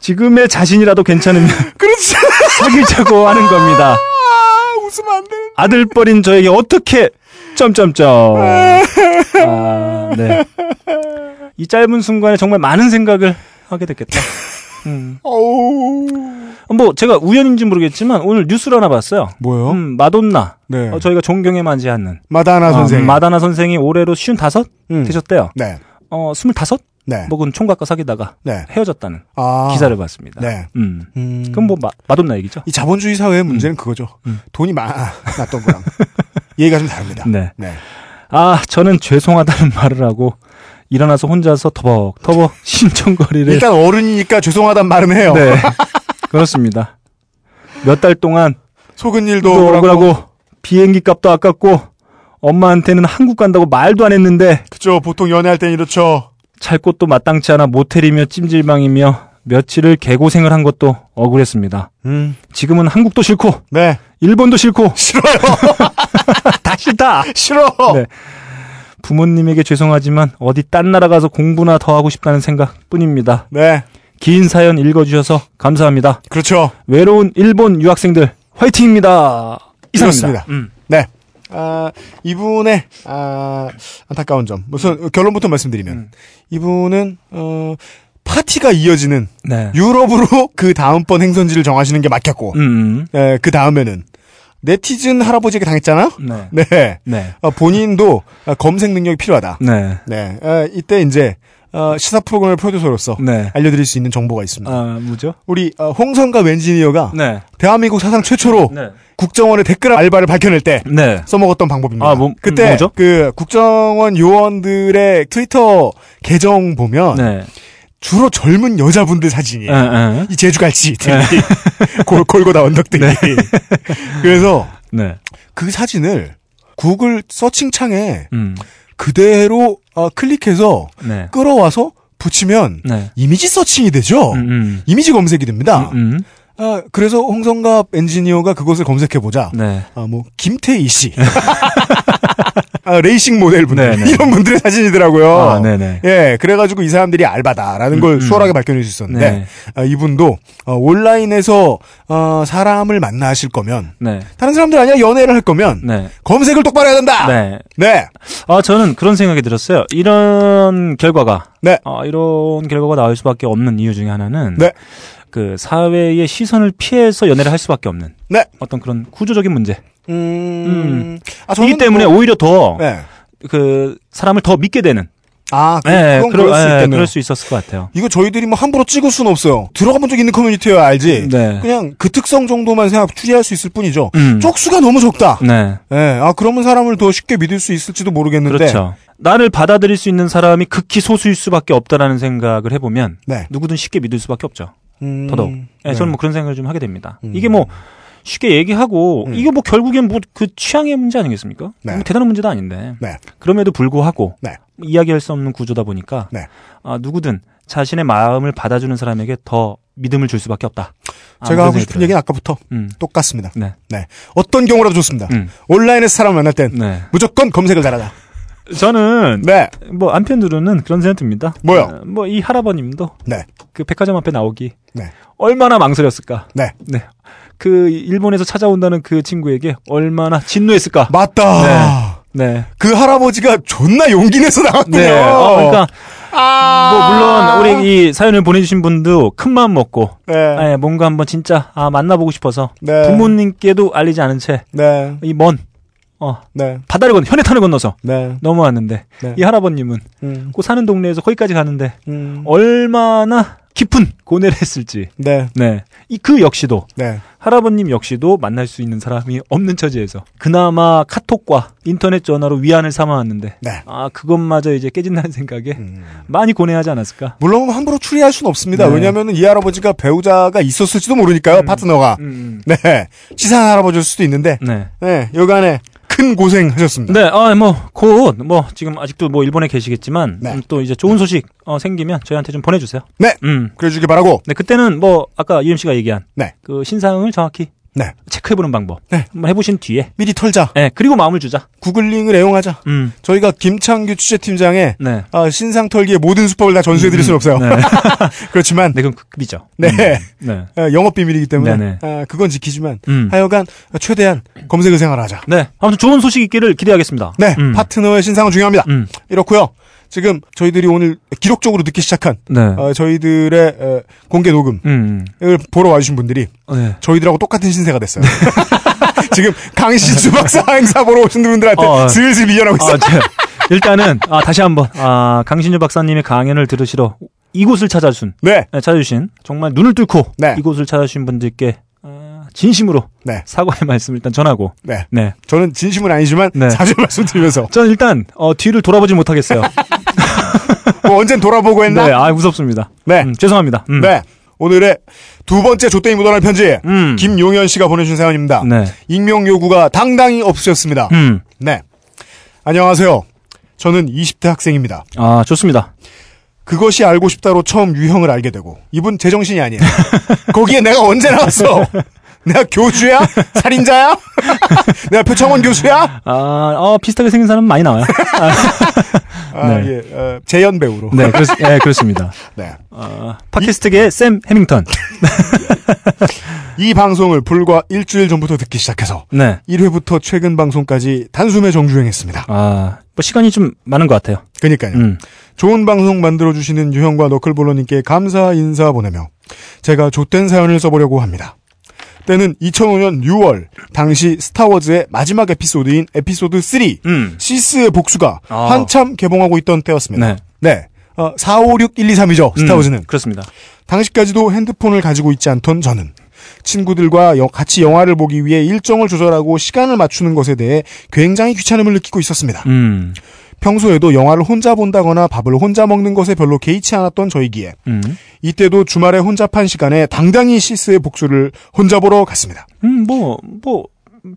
[SPEAKER 2] 지금의 자신이라도 괜찮으면
[SPEAKER 3] 그렇죠
[SPEAKER 2] 사귀자고 하는 겁니다.
[SPEAKER 3] 아 웃으면 안 되는
[SPEAKER 2] 아들뻘인 저에게 어떻게 점점점. 아, 네. 이 짧은 순간에 정말 많은 생각을 하게 됐겠다. 음.
[SPEAKER 3] 어우
[SPEAKER 2] 뭐 제가 우연인지 모르겠지만 오늘 뉴스를 하나 봤어요.
[SPEAKER 3] 뭐요
[SPEAKER 2] 음, 마돈나.
[SPEAKER 3] 네
[SPEAKER 2] 어, 저희가 존경에 만지 않는
[SPEAKER 3] 아, 마다나
[SPEAKER 2] 어,
[SPEAKER 3] 선생
[SPEAKER 2] 마다나 선생이 올해로 55
[SPEAKER 3] 음.
[SPEAKER 2] 되셨대요.
[SPEAKER 3] 네
[SPEAKER 2] 어, 25?
[SPEAKER 3] 네.
[SPEAKER 2] 뭐 그건 총각과 사귀다가
[SPEAKER 3] 네.
[SPEAKER 2] 헤어졌다는
[SPEAKER 3] 아.
[SPEAKER 2] 기사를 봤습니다.
[SPEAKER 3] 네.
[SPEAKER 2] 음.
[SPEAKER 3] 음.
[SPEAKER 2] 그건 뭐 마, 마돈나 얘기죠.
[SPEAKER 3] 이 자본주의 사회의 문제는 그거죠. 돈이 많았던 거랑 얘기가 좀 다릅니다.
[SPEAKER 2] 네.
[SPEAKER 3] 음. 네.
[SPEAKER 2] 아, 저는 죄송하다는 말을 하고 일어나서 혼자서 터벅터벅 신청거리를
[SPEAKER 3] 일단 어른이니까 죄송하단 말은 해요.
[SPEAKER 2] 네. 그렇습니다. 몇 달 동안
[SPEAKER 3] 속은 일도
[SPEAKER 2] 또
[SPEAKER 3] 억울하고.
[SPEAKER 2] 억울하고 비행기 값도 아깝고 엄마한테는 한국 간다고 말도 안 했는데
[SPEAKER 3] 그죠. 보통 연애할 땐 이렇죠.
[SPEAKER 2] 찰 곳도 마땅치 않아 모텔이며 찜질방이며 며칠을 개고생을 한 것도 억울했습니다.
[SPEAKER 3] 음.
[SPEAKER 2] 지금은 한국도 싫고
[SPEAKER 3] 네.
[SPEAKER 2] 일본도 싫고
[SPEAKER 3] 싫어요.
[SPEAKER 2] 다 싫다.
[SPEAKER 3] 싫어.
[SPEAKER 2] 네. 부모님에게 죄송하지만 어디 딴 나라 가서 공부나 더 하고 싶다는 생각뿐입니다.
[SPEAKER 3] 네.
[SPEAKER 2] 긴 사연 읽어주셔서 감사합니다.
[SPEAKER 3] 그렇죠.
[SPEAKER 2] 외로운 일본 유학생들 화이팅입니다. 이상입니다. 음.
[SPEAKER 3] 이상입니다. 네. 아, 이분의, 아, 안타까운 점. 무슨, 결론부터 말씀드리면.
[SPEAKER 2] 음.
[SPEAKER 3] 이분은, 어, 파티가 이어지는
[SPEAKER 2] 네.
[SPEAKER 3] 유럽으로 그 다음번 행선지를 정하시는 게 맞겠고,
[SPEAKER 2] 음.
[SPEAKER 3] 에, 그 다음에는, 네티즌 할아버지에게 당했잖아요?
[SPEAKER 2] 네.
[SPEAKER 3] 네.
[SPEAKER 2] 네.
[SPEAKER 3] 어, 본인도 어, 검색 능력이 필요하다.
[SPEAKER 2] 네.
[SPEAKER 3] 네. 어, 이때 이제, 어, 시사 프로그램의 프로듀서로서
[SPEAKER 2] 네.
[SPEAKER 3] 알려드릴 수 있는 정보가 있습니다.
[SPEAKER 2] 아, 뭐죠?
[SPEAKER 3] 우리 어, 홍성과 웬지니어가
[SPEAKER 2] 네.
[SPEAKER 3] 대한민국 사상 최초로
[SPEAKER 2] 네.
[SPEAKER 3] 국정원의 댓글 알바를 밝혀낼 때
[SPEAKER 2] 네.
[SPEAKER 3] 써먹었던 방법입니다.
[SPEAKER 2] 아, 뭐-
[SPEAKER 3] 그때
[SPEAKER 2] 뭐죠?
[SPEAKER 3] 그 국정원 요원들의 트위터 계정 보면
[SPEAKER 2] 네. 예.
[SPEAKER 3] 주로 젊은 여자분들 사진이
[SPEAKER 2] 에, 에.
[SPEAKER 3] 이 제주갈치들이
[SPEAKER 2] 네.
[SPEAKER 3] 골, 골고다 언덕들이 그래서
[SPEAKER 2] 네.
[SPEAKER 3] 그 사진을 구글 서칭창에
[SPEAKER 2] 음.
[SPEAKER 3] 그대로 어, 클릭해서
[SPEAKER 2] 네.
[SPEAKER 3] 끌어와서 붙이면
[SPEAKER 2] 네.
[SPEAKER 3] 이미지 서칭이 되죠.
[SPEAKER 2] 음, 음.
[SPEAKER 3] 이미지 검색이 됩니다.
[SPEAKER 2] 음.
[SPEAKER 3] 아, 그래서 홍성갑 엔지니어가 그것을 검색해보자.
[SPEAKER 2] 네.
[SPEAKER 3] 아, 뭐, 김태희 씨. 아, 레이싱 모델 분들.
[SPEAKER 2] 네네.
[SPEAKER 3] 이런 분들의 사진이더라고요.
[SPEAKER 2] 아, 네네.
[SPEAKER 3] 예, 그래가지고 이 사람들이 알바다라는 걸
[SPEAKER 2] 음, 음.
[SPEAKER 3] 수월하게 밝혀낼 수 있었는데,
[SPEAKER 2] 네.
[SPEAKER 3] 아, 이분도, 어, 온라인에서, 어, 사람을 만나실 거면,
[SPEAKER 2] 네.
[SPEAKER 3] 다른 사람들 아니라 연애를 할 거면,
[SPEAKER 2] 네.
[SPEAKER 3] 검색을 똑바로 해야 된다!
[SPEAKER 2] 네.
[SPEAKER 3] 네.
[SPEAKER 2] 아, 저는 그런 생각이 들었어요. 이런 결과가.
[SPEAKER 3] 네.
[SPEAKER 2] 아, 이런 결과가 나올 수밖에 없는 이유 중에 하나는.
[SPEAKER 3] 네.
[SPEAKER 2] 그 사회의 시선을 피해서 연애를 할 수밖에 없는.
[SPEAKER 3] 네.
[SPEAKER 2] 어떤 그런 구조적인 문제.
[SPEAKER 3] 음.
[SPEAKER 2] 음.
[SPEAKER 3] 아,
[SPEAKER 2] 이기 때문에
[SPEAKER 3] 뭐-
[SPEAKER 2] 오히려 더.
[SPEAKER 3] 네.
[SPEAKER 2] 그 사람을 더 믿게 되는.
[SPEAKER 3] 아, 그, 건
[SPEAKER 2] 그러-
[SPEAKER 3] 그럴 수
[SPEAKER 2] 예,
[SPEAKER 3] 있겠네요.
[SPEAKER 2] 그럴 수 있었을 것 같아요.
[SPEAKER 3] 이거 저희들이 뭐 함부로 찍을 수는 없어요. 들어가본 적 있는 커뮤니티여야 알지.
[SPEAKER 2] 네.
[SPEAKER 3] 그냥 그 특성 정도만 생각 추리할 수 있을 뿐이죠.
[SPEAKER 2] 음.
[SPEAKER 3] 쪽수가 너무 적다.
[SPEAKER 2] 네.
[SPEAKER 3] 예, 아 그러면 사람을 더 쉽게 믿을 수 있을지도 모르겠는데.
[SPEAKER 2] 그렇죠. 나를 받아들일 수 있는 사람이 극히 소수일 수밖에 없다라는 생각을 해보면
[SPEAKER 3] 네.
[SPEAKER 2] 누구든 쉽게 믿을 수밖에 없죠.
[SPEAKER 3] 음,
[SPEAKER 2] 더더욱. 예,
[SPEAKER 3] 네.
[SPEAKER 2] 저는 뭐 그런 생각을 좀 하게 됩니다.
[SPEAKER 3] 음.
[SPEAKER 2] 이게 뭐 쉽게 얘기하고
[SPEAKER 3] 음.
[SPEAKER 2] 이게 뭐 결국엔 뭐 그 취향의 문제 아니겠습니까?
[SPEAKER 3] 네.
[SPEAKER 2] 뭐 대단한 문제도 아닌데
[SPEAKER 3] 네.
[SPEAKER 2] 그럼에도 불구하고
[SPEAKER 3] 네.
[SPEAKER 2] 이야기할 수 없는 구조다 보니까
[SPEAKER 3] 네.
[SPEAKER 2] 아, 누구든 자신의 마음을 받아주는 사람에게 더 믿음을 줄 수밖에 없다. 아,
[SPEAKER 3] 제가
[SPEAKER 2] 그런
[SPEAKER 3] 하고
[SPEAKER 2] 생각이
[SPEAKER 3] 싶은
[SPEAKER 2] 들어요.
[SPEAKER 3] 얘기는 아까부터
[SPEAKER 2] 음.
[SPEAKER 3] 똑같습니다.
[SPEAKER 2] 네.
[SPEAKER 3] 네. 어떤 경우라도 좋습니다.
[SPEAKER 2] 음.
[SPEAKER 3] 온라인에서 사람 만날 땐
[SPEAKER 2] 네.
[SPEAKER 3] 무조건 검색을 달아라.
[SPEAKER 2] 저는
[SPEAKER 3] 네.
[SPEAKER 2] 뭐 한편으로는 그런 생각 듭니다.
[SPEAKER 3] 뭐요?
[SPEAKER 2] 뭐 이 할아버님도
[SPEAKER 3] 네.
[SPEAKER 2] 그 백화점 앞에 나오기
[SPEAKER 3] 네.
[SPEAKER 2] 얼마나 망설였을까?
[SPEAKER 3] 네.
[SPEAKER 2] 네. 그 일본에서 찾아온다는 그 친구에게 얼마나 진노했을까?
[SPEAKER 3] 맞다.
[SPEAKER 2] 네.
[SPEAKER 3] 그 할아버지가 존나 용기 내서 나왔군요.
[SPEAKER 2] 네. 어, 그러니까
[SPEAKER 3] 아.
[SPEAKER 2] 뭐 물론 우리 이 사연을 보내주신 분도 큰 마음 먹고
[SPEAKER 3] 네.
[SPEAKER 2] 예, 뭔가 한번 진짜 아 만나보고 싶어서
[SPEAKER 3] 네.
[SPEAKER 2] 부모님께도 알리지 않은
[SPEAKER 3] 네.
[SPEAKER 2] 채 이 먼 어,
[SPEAKER 3] 네.
[SPEAKER 2] 바다를 건 현해탄을 건너서
[SPEAKER 3] 네.
[SPEAKER 2] 넘어왔는데
[SPEAKER 3] 네.
[SPEAKER 2] 이 할아버님은
[SPEAKER 3] 음.
[SPEAKER 2] 그 사는 동네에서 거기까지 가는데
[SPEAKER 3] 음.
[SPEAKER 2] 얼마나 깊은 고뇌를 했을지
[SPEAKER 3] 네.
[SPEAKER 2] 네. 이 그 역시도
[SPEAKER 3] 네.
[SPEAKER 2] 할아버님 역시도 만날 수 있는 사람이 없는 처지에서 그나마 카톡과 인터넷 전화로 위안을 삼아왔는데
[SPEAKER 3] 네.
[SPEAKER 2] 아 그것마저 이제 깨진다는 생각에
[SPEAKER 3] 음.
[SPEAKER 2] 많이 고뇌하지 않았을까?
[SPEAKER 3] 물론 함부로 추리할 수는 없습니다.
[SPEAKER 2] 네.
[SPEAKER 3] 왜냐하면 이 할아버지가 배우자가 있었을지도 모르니까요. 파트너가
[SPEAKER 2] 음.
[SPEAKER 3] 네 치사한 할아버지일 수도 있는데
[SPEAKER 2] 네.
[SPEAKER 3] 네 여간에 큰 고생하셨습니다.
[SPEAKER 2] 네, 아, 뭐, 곧, 뭐, 지금 아직도 뭐, 일본에 계시겠지만,
[SPEAKER 3] 네.
[SPEAKER 2] 음, 또 이제 좋은 소식, 어, 생기면 저희한테 좀 보내주세요.
[SPEAKER 3] 네.
[SPEAKER 2] 음.
[SPEAKER 3] 그래주길 바라고
[SPEAKER 2] 네, 그때는 뭐, 아까 유임 씨가 얘기한,
[SPEAKER 3] 네.
[SPEAKER 2] 그 신상을 정확히
[SPEAKER 3] 네
[SPEAKER 2] 체크해보는 방법.
[SPEAKER 3] 네.
[SPEAKER 2] 한번 해보신 뒤에.
[SPEAKER 3] 미리 털자
[SPEAKER 2] 네, 그리고 마음을 주자.
[SPEAKER 3] 구글링을 애용하자.
[SPEAKER 2] 음.
[SPEAKER 3] 저희가 김창규 취재팀장의
[SPEAKER 2] 네.
[SPEAKER 3] 아, 신상 털기의 모든 수법을 다 전수해드릴 수는 없어요.
[SPEAKER 2] 네.
[SPEAKER 3] 그렇지만
[SPEAKER 2] 네, 그럼 그 급이죠.
[SPEAKER 3] 네
[SPEAKER 2] 네.
[SPEAKER 3] 아, 영업 비밀이기 때문에
[SPEAKER 2] 네,
[SPEAKER 3] 아, 그건 지키지만
[SPEAKER 2] 음.
[SPEAKER 3] 하여간 최대한 검색을 생활하자.
[SPEAKER 2] 네. 아무튼 좋은 소식 있기를 기대하겠습니다.
[SPEAKER 3] 네
[SPEAKER 2] 음.
[SPEAKER 3] 파트너의 신상은 중요합니다.
[SPEAKER 2] 음.
[SPEAKER 3] 이렇고요. 지금 저희들이 오늘 기록적으로 늦게 시작한
[SPEAKER 2] 네.
[SPEAKER 3] 어, 저희들의 어, 공개 녹음을
[SPEAKER 2] 음.
[SPEAKER 3] 보러 와주신 분들이
[SPEAKER 2] 네.
[SPEAKER 3] 저희들하고 똑같은 신세가 됐어요. 지금 강신수 박사 행사 보러 오신 분들한테
[SPEAKER 2] 어, 어.
[SPEAKER 3] 슬슬 밀려나고 있어요.
[SPEAKER 2] 아, 제, 일단은 아, 다시 한번 아, 강신주 박사님의 강연을 들으시러 이곳을 찾아준
[SPEAKER 3] 네.
[SPEAKER 2] 네, 찾아주신 정말 눈을 뚫고
[SPEAKER 3] 네.
[SPEAKER 2] 이곳을 찾아주신 분들께 아, 진심으로
[SPEAKER 3] 네.
[SPEAKER 2] 사과의 말씀 일단 전하고
[SPEAKER 3] 네.
[SPEAKER 2] 네
[SPEAKER 3] 저는 진심은 아니지만
[SPEAKER 2] 네.
[SPEAKER 3] 자주 말씀드리면서
[SPEAKER 2] 저는 일단 어, 뒤를 돌아보지 못하겠어요.
[SPEAKER 3] 뭐 언젠 돌아보고 했나?
[SPEAKER 2] 네, 아 무섭습니다.
[SPEAKER 3] 네.
[SPEAKER 2] 음, 죄송합니다. 음.
[SPEAKER 3] 네. 오늘의 두 번째 조땡이 묻어날 편지
[SPEAKER 2] 음.
[SPEAKER 3] 김용현 씨가 보내준 사연입니다.
[SPEAKER 2] 네.
[SPEAKER 3] 익명 요구가 당당히 없으셨습니다.
[SPEAKER 2] 음.
[SPEAKER 3] 네. 안녕하세요. 저는 20대 학생입니다.
[SPEAKER 2] 아 좋습니다.
[SPEAKER 3] 그것이 알고 싶다로 처음 유형을 알게 되고 이분 제정신이 아니에요. 거기에 내가 언제 나왔어? 내가 교주야? 살인자야? 내가 표창원 교수야?
[SPEAKER 2] 아 어, 비슷하게 생긴 사람 은 많이 나와요.
[SPEAKER 3] 아,
[SPEAKER 2] 네.
[SPEAKER 3] 예, 어, 재연 배우로.
[SPEAKER 2] 네, 그렇, 네 그렇습니다.
[SPEAKER 3] 네.
[SPEAKER 2] 아, 팟캐스트계의 샘 해밍턴.
[SPEAKER 3] 이 방송을 불과 일주일 전부터 듣기 시작해서
[SPEAKER 2] 네.
[SPEAKER 3] 1회부터 최근 방송까지 단숨에 정주행했습니다.
[SPEAKER 2] 아, 뭐 시간이 좀 많은 것 같아요.
[SPEAKER 3] 그러니까요.
[SPEAKER 2] 음.
[SPEAKER 3] 좋은 방송 만들어주시는 유형과 너클볼러님께 감사 인사 보내며 제가 좆된 사연을 써보려고 합니다. 때는 2005년 6월 당시 스타워즈의 마지막 에피소드인 에피소드 3
[SPEAKER 2] 음.
[SPEAKER 3] 시스의 복수가
[SPEAKER 2] 아.
[SPEAKER 3] 한참 개봉하고 있던 때였습니다.
[SPEAKER 2] 네.
[SPEAKER 3] 네. 어, 4, 5, 6, 1, 2, 3이죠. 스타워즈는.
[SPEAKER 2] 음, 그렇습니다.
[SPEAKER 3] 당시까지도 핸드폰을 가지고 있지 않던 저는 친구들과 여- 같이 영화를 보기 위해 일정을 조절하고 시간을 맞추는 것에 대해 굉장히 귀찮음을 느끼고 있었습니다.
[SPEAKER 2] 음.
[SPEAKER 3] 평소에도 영화를 혼자 본다거나 밥을 혼자 먹는 것에 별로 개의치 않았던 저이기에
[SPEAKER 2] 음.
[SPEAKER 3] 이때도 주말에 혼잡한 시간에 당당히 시스의 복수를 혼자 보러 갔습니다.
[SPEAKER 2] 음, 뭐, 뭐,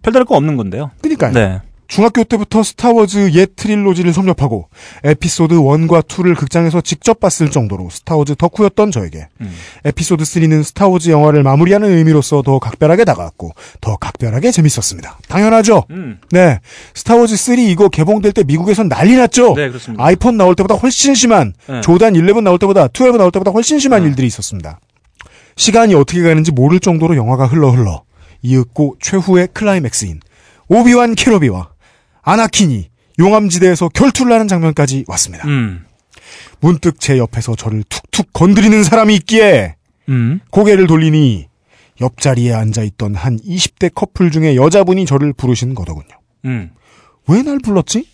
[SPEAKER 2] 별다를 거 없는 건데요.
[SPEAKER 3] 그러니까요.
[SPEAKER 2] 네.
[SPEAKER 3] 중학교 때부터 스타워즈 옛 트릴로지를 섭렵하고 에피소드 1과 2를 극장에서 직접 봤을 정도로 스타워즈 덕후였던 저에게
[SPEAKER 2] 음.
[SPEAKER 3] 에피소드 3는 스타워즈 영화를 마무리하는 의미로서 더 각별하게 다가왔고 더 각별하게 재밌었습니다. 당연하죠.
[SPEAKER 2] 음.
[SPEAKER 3] 네. 스타워즈 3 이거 개봉될 때 미국에선 난리 났죠.
[SPEAKER 2] 네, 그렇습니다.
[SPEAKER 3] 아이폰 나올 때보다 훨씬 심한
[SPEAKER 2] 네.
[SPEAKER 3] 조단 11 나올 때보다 12 나올 때보다 훨씬 심한
[SPEAKER 2] 네.
[SPEAKER 3] 일들이 있었습니다. 시간이 어떻게 가는지 모를 정도로 영화가 흘러 흘러 이윽고 최후의 클라이맥스인 오비완 케노비와 아나킨이 용암지대에서 결투를 하는 장면까지 왔습니다.
[SPEAKER 2] 음.
[SPEAKER 3] 문득 제 옆에서 저를 툭툭 건드리는 사람이 있기에
[SPEAKER 2] 음.
[SPEAKER 3] 고개를 돌리니 옆자리에 앉아있던 한 20대 커플 중에 여자분이 저를 부르신 거더군요.
[SPEAKER 2] 음.
[SPEAKER 3] 왜 날 불렀지?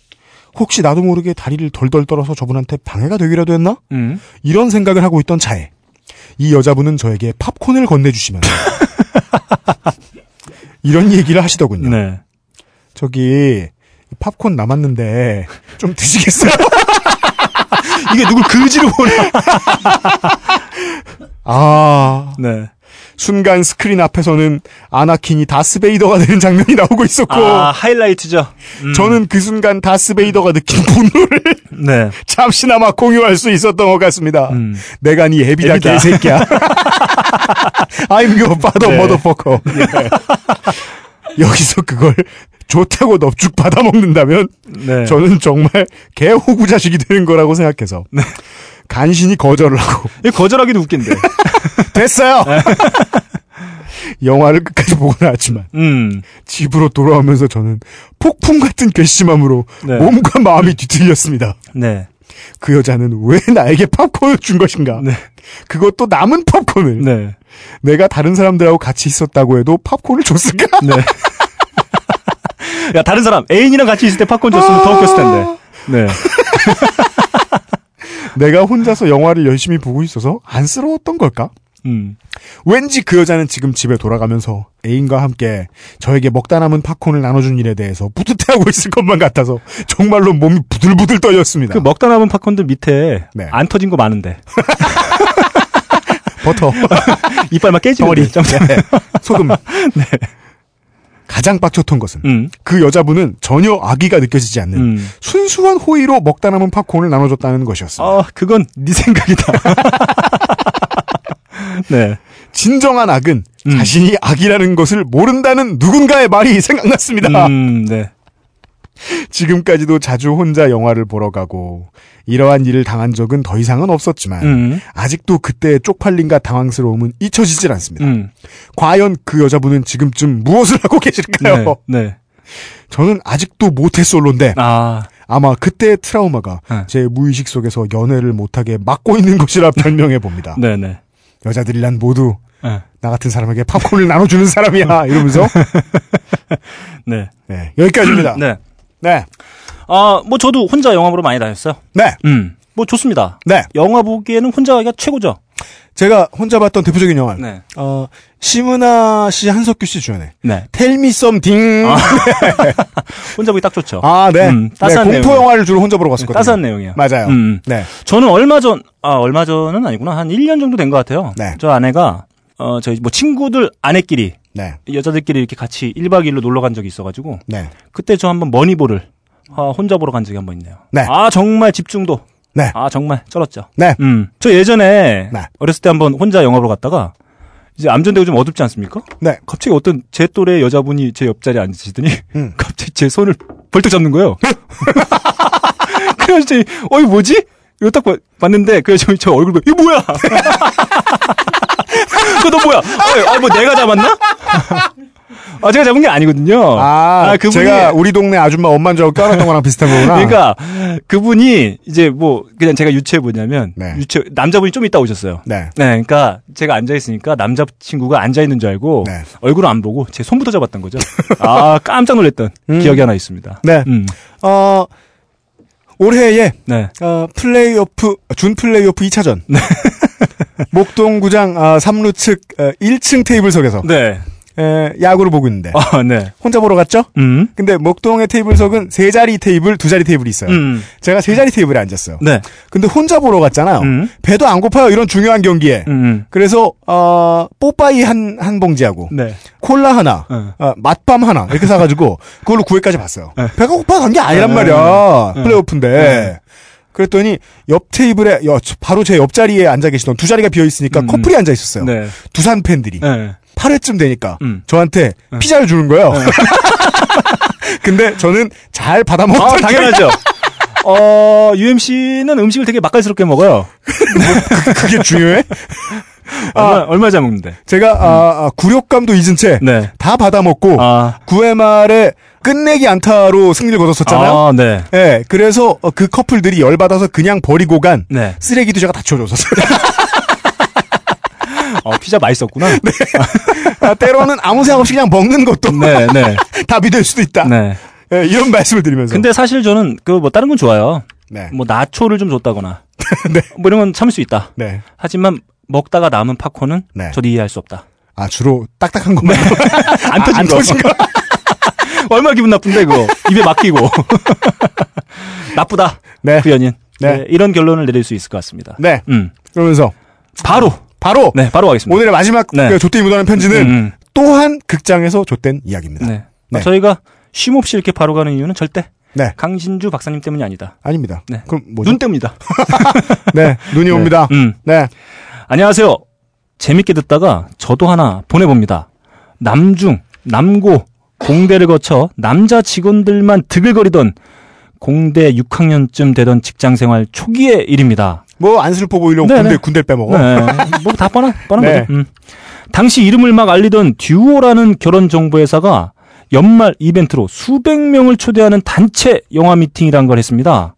[SPEAKER 3] 혹시 나도 모르게 다리를 덜덜 떨어서 저분한테 방해가 되기라도 했나?
[SPEAKER 2] 음.
[SPEAKER 3] 이런 생각을 하고 있던 차에 이 여자분은 저에게 팝콘을 건네주시면서 이런 얘기를 하시더군요.
[SPEAKER 2] 네.
[SPEAKER 3] 저기 팝콘 남았는데 좀 드시겠어요? 이게 누굴 그지로 보내? 아
[SPEAKER 2] 네.
[SPEAKER 3] 순간 스크린 앞에서는 아나킨이 다스베이더가 되는 장면이 나오고 있었고
[SPEAKER 2] 아, 하이라이트죠. 음.
[SPEAKER 3] 저는 그 순간 다스베이더가 느낀 분노를
[SPEAKER 2] 네.
[SPEAKER 3] 잠시나마 공유할 수 있었던 것 같습니다.
[SPEAKER 2] 음.
[SPEAKER 3] 내가 니 애비다
[SPEAKER 2] 애비다.
[SPEAKER 3] 개새끼야. I'm your father,
[SPEAKER 2] 네.
[SPEAKER 3] motherfucker. 예. 여기서 그걸 좋다고 넙죽 받아먹는다면
[SPEAKER 2] 네.
[SPEAKER 3] 저는 정말 개호구자식이 되는 거라고 생각해서
[SPEAKER 2] 네.
[SPEAKER 3] 간신히 거절을 하고
[SPEAKER 2] 이거 거절하기도 웃긴데.
[SPEAKER 3] 됐어요.
[SPEAKER 2] 네.
[SPEAKER 3] 영화를 끝까지 보고 나왔지만
[SPEAKER 2] 음.
[SPEAKER 3] 집으로 돌아오면서 저는 폭풍 같은 괘씸함으로
[SPEAKER 2] 네.
[SPEAKER 3] 몸과 마음이 뒤틀렸습니다.
[SPEAKER 2] 네.
[SPEAKER 3] 그 여자는 왜 나에게 팝콘을 준 것인가?
[SPEAKER 2] 네.
[SPEAKER 3] 그것도 남은 팝콘을
[SPEAKER 2] 네.
[SPEAKER 3] 내가 다른 사람들하고 같이 있었다고 해도 팝콘을 줬을까?
[SPEAKER 2] 네. 야, 다른 사람, 애인이랑 같이 있을 때 팝콘 줬으면 더 웃겼을 텐데. 네.
[SPEAKER 3] 내가 혼자서 영화를 열심히 보고 있어서 안쓰러웠던 걸까?
[SPEAKER 2] 음.
[SPEAKER 3] 왠지 그 여자는 지금 집에 돌아가면서 애인과 함께 저에게 먹다 남은 팝콘을 나눠준 일에 대해서 뿌듯해하고 있을 것만 같아서 정말로 몸이 부들부들 떨렸습니다.
[SPEAKER 2] 그 먹다 남은 팝콘들 밑에
[SPEAKER 3] 네.
[SPEAKER 2] 안 터진 거 많은데.
[SPEAKER 3] 버터,
[SPEAKER 2] 이빨 막 깨지는
[SPEAKER 3] 덩어리,
[SPEAKER 2] 거 있죠?
[SPEAKER 3] 네, 소금. 가장 빡쳤던 것은
[SPEAKER 2] 음.
[SPEAKER 3] 그 여자분은 전혀 악의가 느껴지지 않는
[SPEAKER 2] 음.
[SPEAKER 3] 순수한 호의로 먹다 남은 팝콘을 나눠줬다는 것이었습니다.
[SPEAKER 2] 아, 그건 네 생각이다. 네.
[SPEAKER 3] 진정한 악은
[SPEAKER 2] 음.
[SPEAKER 3] 자신이 악이라는 것을 모른다는 누군가의 말이 생각났습니다.
[SPEAKER 2] 음, 네.
[SPEAKER 3] 지금까지도 자주 혼자 영화를 보러 가고 이러한 일을 당한 적은 더 이상은 없었지만
[SPEAKER 2] 음.
[SPEAKER 3] 아직도 그때의 쪽팔림과 당황스러움은 잊혀지질 않습니다.
[SPEAKER 2] 음.
[SPEAKER 3] 과연 그 여자분은 지금쯤 무엇을 하고 계실까요?
[SPEAKER 2] 네. 네.
[SPEAKER 3] 저는 아직도 모태솔로인데
[SPEAKER 2] 아,
[SPEAKER 3] 아마 그때의 트라우마가
[SPEAKER 2] 네.
[SPEAKER 3] 제 무의식 속에서 연애를 못하게 막고 있는 것이라 변명해 봅니다.
[SPEAKER 2] 네, 네.
[SPEAKER 3] 여자들이란 모두
[SPEAKER 2] 네.
[SPEAKER 3] 나 같은 사람에게 팝콘을 나눠주는 사람이야 이러면서
[SPEAKER 2] 네.
[SPEAKER 3] 네, 여기까지입니다.
[SPEAKER 2] 네.
[SPEAKER 3] 네.
[SPEAKER 2] 아, 뭐 저도 혼자 영화 보러 많이 다녔어요.
[SPEAKER 3] 네,
[SPEAKER 2] 음. 뭐 좋습니다.
[SPEAKER 3] 네.
[SPEAKER 2] 영화 보기에는 혼자 가기가 최고죠.
[SPEAKER 3] 제가 혼자 봤던 대표적인 영화.
[SPEAKER 2] 네.
[SPEAKER 3] 어, 심은아 씨, 한석규 씨 주연의
[SPEAKER 2] 네.
[SPEAKER 3] 텔미 썸띵.
[SPEAKER 2] 아. 혼자 보기 딱 좋죠.
[SPEAKER 3] 아, 네.
[SPEAKER 2] 음,
[SPEAKER 3] 네,
[SPEAKER 2] 따스한
[SPEAKER 3] 공포
[SPEAKER 2] 내용이에요.
[SPEAKER 3] 영화를 주로 혼자 보러
[SPEAKER 2] 네,
[SPEAKER 3] 갔었거든요.
[SPEAKER 2] 따스한 내용이에요.
[SPEAKER 3] 맞아요.
[SPEAKER 2] 음.
[SPEAKER 3] 네.
[SPEAKER 2] 저는 얼마 전, 아, 얼마 전은 아니구나. 한 1년 정도 된 것 같아요.
[SPEAKER 3] 네.
[SPEAKER 2] 저 아내가, 어, 저희 뭐 친구들 아내끼리,
[SPEAKER 3] 네.
[SPEAKER 2] 여자들끼리 이렇게 같이 1박 2일로 놀러 간 적이 있어가지고,
[SPEAKER 3] 네.
[SPEAKER 2] 그때 저 한번 머니볼을 아, 혼자 보러 간 적이 한 번 있네요.
[SPEAKER 3] 네.
[SPEAKER 2] 아, 정말 집중도.
[SPEAKER 3] 네.
[SPEAKER 2] 아, 정말 쩔었죠.
[SPEAKER 3] 네.
[SPEAKER 2] 음. 저 예전에
[SPEAKER 3] 네.
[SPEAKER 2] 어렸을 때 한번 혼자 영화 보러 갔다가 이제 암전되고 좀 어둡지 않습니까?
[SPEAKER 3] 네.
[SPEAKER 2] 갑자기 어떤 제 또래 여자분이 제 옆자리에 앉으시더니
[SPEAKER 3] 음.
[SPEAKER 2] 갑자기 제 손을 벌떡 잡는 거예요. 그래서 어이 뭐지? 이거 딱 봐- 봤는데 그래서 저, 저 얼굴 보고 이거 뭐야? 그너 뭐야? 어, 어, 뭐 내가 잡았나? 아 제가 잡은 게 아니거든요.
[SPEAKER 3] 아,
[SPEAKER 2] 그분이-
[SPEAKER 3] 제가 우리 동네 아줌마 엄마인 줄 알고 껴안았던 거랑 비슷한 거구나.
[SPEAKER 2] 그러니까 그분이 이제 뭐 그냥 제가 유체 뭐냐면
[SPEAKER 3] 네.
[SPEAKER 2] 유체 남자분이 좀 이따 오셨어요.
[SPEAKER 3] 네.
[SPEAKER 2] 네, 그러니까 제가 앉아 있으니까 남자 친구가 앉아 있는 줄 알고
[SPEAKER 3] 네.
[SPEAKER 2] 얼굴을 안 보고 제 손부터 잡았던 거죠. 아 깜짝 놀랐던
[SPEAKER 3] 음.
[SPEAKER 2] 기억이 하나 있습니다.
[SPEAKER 3] 네.
[SPEAKER 2] 음,
[SPEAKER 3] 어, 올해에,
[SPEAKER 2] 네,
[SPEAKER 3] 어, 플레이오프, 준 플레이오프 2차전. 목동구장, 어, 3루 측, 어, 1층 테이블석에서,
[SPEAKER 2] 네,
[SPEAKER 3] 에, 야구를 보고 있는데,
[SPEAKER 2] 아, 네,
[SPEAKER 3] 혼자 보러 갔죠?
[SPEAKER 2] 음,
[SPEAKER 3] 근데 목동의 테이블석은 세 자리 테이블, 두 자리 테이블이 있어요.
[SPEAKER 2] 음,
[SPEAKER 3] 제가 세 자리 테이블에 앉았어요.
[SPEAKER 2] 네,
[SPEAKER 3] 근데 혼자 보러 갔잖아요.
[SPEAKER 2] 음,
[SPEAKER 3] 배도 안 고파요. 이런 중요한 경기에.
[SPEAKER 2] 음,
[SPEAKER 3] 그래서 어, 뽀빠이 한, 한 봉지하고
[SPEAKER 2] 네,
[SPEAKER 3] 콜라 하나,
[SPEAKER 2] 어.
[SPEAKER 3] 어, 맛밤 하나 이렇게 사가지고 그걸로 9회까지 봤어요. 배가 고파서 간 게 아니란
[SPEAKER 2] 네.
[SPEAKER 3] 말이야.
[SPEAKER 2] 네.
[SPEAKER 3] 플레이오프인데.
[SPEAKER 2] 네.
[SPEAKER 3] 그랬더니 옆 테이블에 여- 바로 제 옆자리에 앉아 계시던 두 자리가 비어 있으니까
[SPEAKER 2] 음.
[SPEAKER 3] 커플이 앉아 있었어요.
[SPEAKER 2] 네,
[SPEAKER 3] 두산 팬들이
[SPEAKER 2] 네,
[SPEAKER 3] 8회쯤 되니까
[SPEAKER 2] 음.
[SPEAKER 3] 저한테 피자를 주는 거예요. 근데 저는 잘 받아 먹었던
[SPEAKER 2] 아
[SPEAKER 3] 기억이
[SPEAKER 2] 당연하죠. 어, UMC는 음식을 되게 맛깔스럽게 먹어요.
[SPEAKER 3] 그게 중요해? 아.
[SPEAKER 2] 얼마, 얼마 잘 먹는데.
[SPEAKER 3] 제가 아, 아, 굴욕감도 잊은 채 다
[SPEAKER 2] 음. 네.
[SPEAKER 3] 받아 먹고
[SPEAKER 2] 아,
[SPEAKER 3] 9회 말에 끝내기 안타로 승리를 거뒀었잖아요.
[SPEAKER 2] 아, 네.
[SPEAKER 3] 예, 그래서 어, 그 커플들이 열받아서 그냥 버리고 간
[SPEAKER 2] 네.
[SPEAKER 3] 쓰레기도 제가 다 치워줬었어요.
[SPEAKER 2] 어, 피자 맛있었구나. 네,
[SPEAKER 3] 아, 때로는 아무 생각 없이 그냥 먹는 것도
[SPEAKER 2] 네, 네.
[SPEAKER 3] 답이 될 수도 있다. 예, 이런 말씀을 드리면서.
[SPEAKER 2] 근데 사실 저는 그 뭐 다른 건 좋아요.
[SPEAKER 3] 네.
[SPEAKER 2] 뭐 나초를 좀 줬다거나
[SPEAKER 3] 네.
[SPEAKER 2] 뭐 이런 건 참을 수 있다.
[SPEAKER 3] 네.
[SPEAKER 2] 하지만 먹다가 남은 팝콘은
[SPEAKER 3] 네.
[SPEAKER 2] 저도 이해할 수 없다.
[SPEAKER 3] 아, 주로 딱딱한 것만. 안
[SPEAKER 2] 네. 터진 거. 얼마나 기분 나쁜데 그거 입에 맡기고 나쁘다
[SPEAKER 3] 네.
[SPEAKER 2] 그 연인.
[SPEAKER 3] 네.
[SPEAKER 2] 네, 이런 결론을 내릴 수 있을 것 같습니다.
[SPEAKER 3] 네.
[SPEAKER 2] 음
[SPEAKER 3] 그러면서
[SPEAKER 2] 바로
[SPEAKER 3] 바로
[SPEAKER 2] 네 바로 가겠습니다.
[SPEAKER 3] 오늘의 마지막
[SPEAKER 2] 네.
[SPEAKER 3] 그 조땡이 묻어나는 편지는
[SPEAKER 2] 음,
[SPEAKER 3] 또한 극장에서 좆된 이야기입니다.
[SPEAKER 2] 음.
[SPEAKER 3] 네.
[SPEAKER 2] 네. 저희가 쉼 없이 이렇게 바로 가는 이유는 절대
[SPEAKER 3] 네.
[SPEAKER 2] 강신주 박사님 때문이 아니다.
[SPEAKER 3] 아닙니다.
[SPEAKER 2] 네.
[SPEAKER 3] 그럼 뭐죠?
[SPEAKER 2] 눈 때문이다.
[SPEAKER 3] 네. 눈이 옵니다.
[SPEAKER 2] 음.
[SPEAKER 3] 네.
[SPEAKER 2] 안녕하세요. 재밌게 듣다가 저도 하나 보내봅니다. 남중, 남고, 공대를 거쳐 남자 직원들만 드글거리던 공대 6학년쯤 되던 직장생활 초기의 일입니다.
[SPEAKER 3] 뭐 안 슬퍼 보이려고
[SPEAKER 2] 네,
[SPEAKER 3] 군대
[SPEAKER 2] 네.
[SPEAKER 3] 군대 빼먹어.
[SPEAKER 2] 네, 뭐 다 뻔한 뻔한
[SPEAKER 3] 네.
[SPEAKER 2] 거죠. 음. 당시 이름을 막 알리던 듀오라는 결혼 정보 회사가 연말 이벤트로 수백 명을 초대하는 단체 영화 미팅이란 걸 했습니다.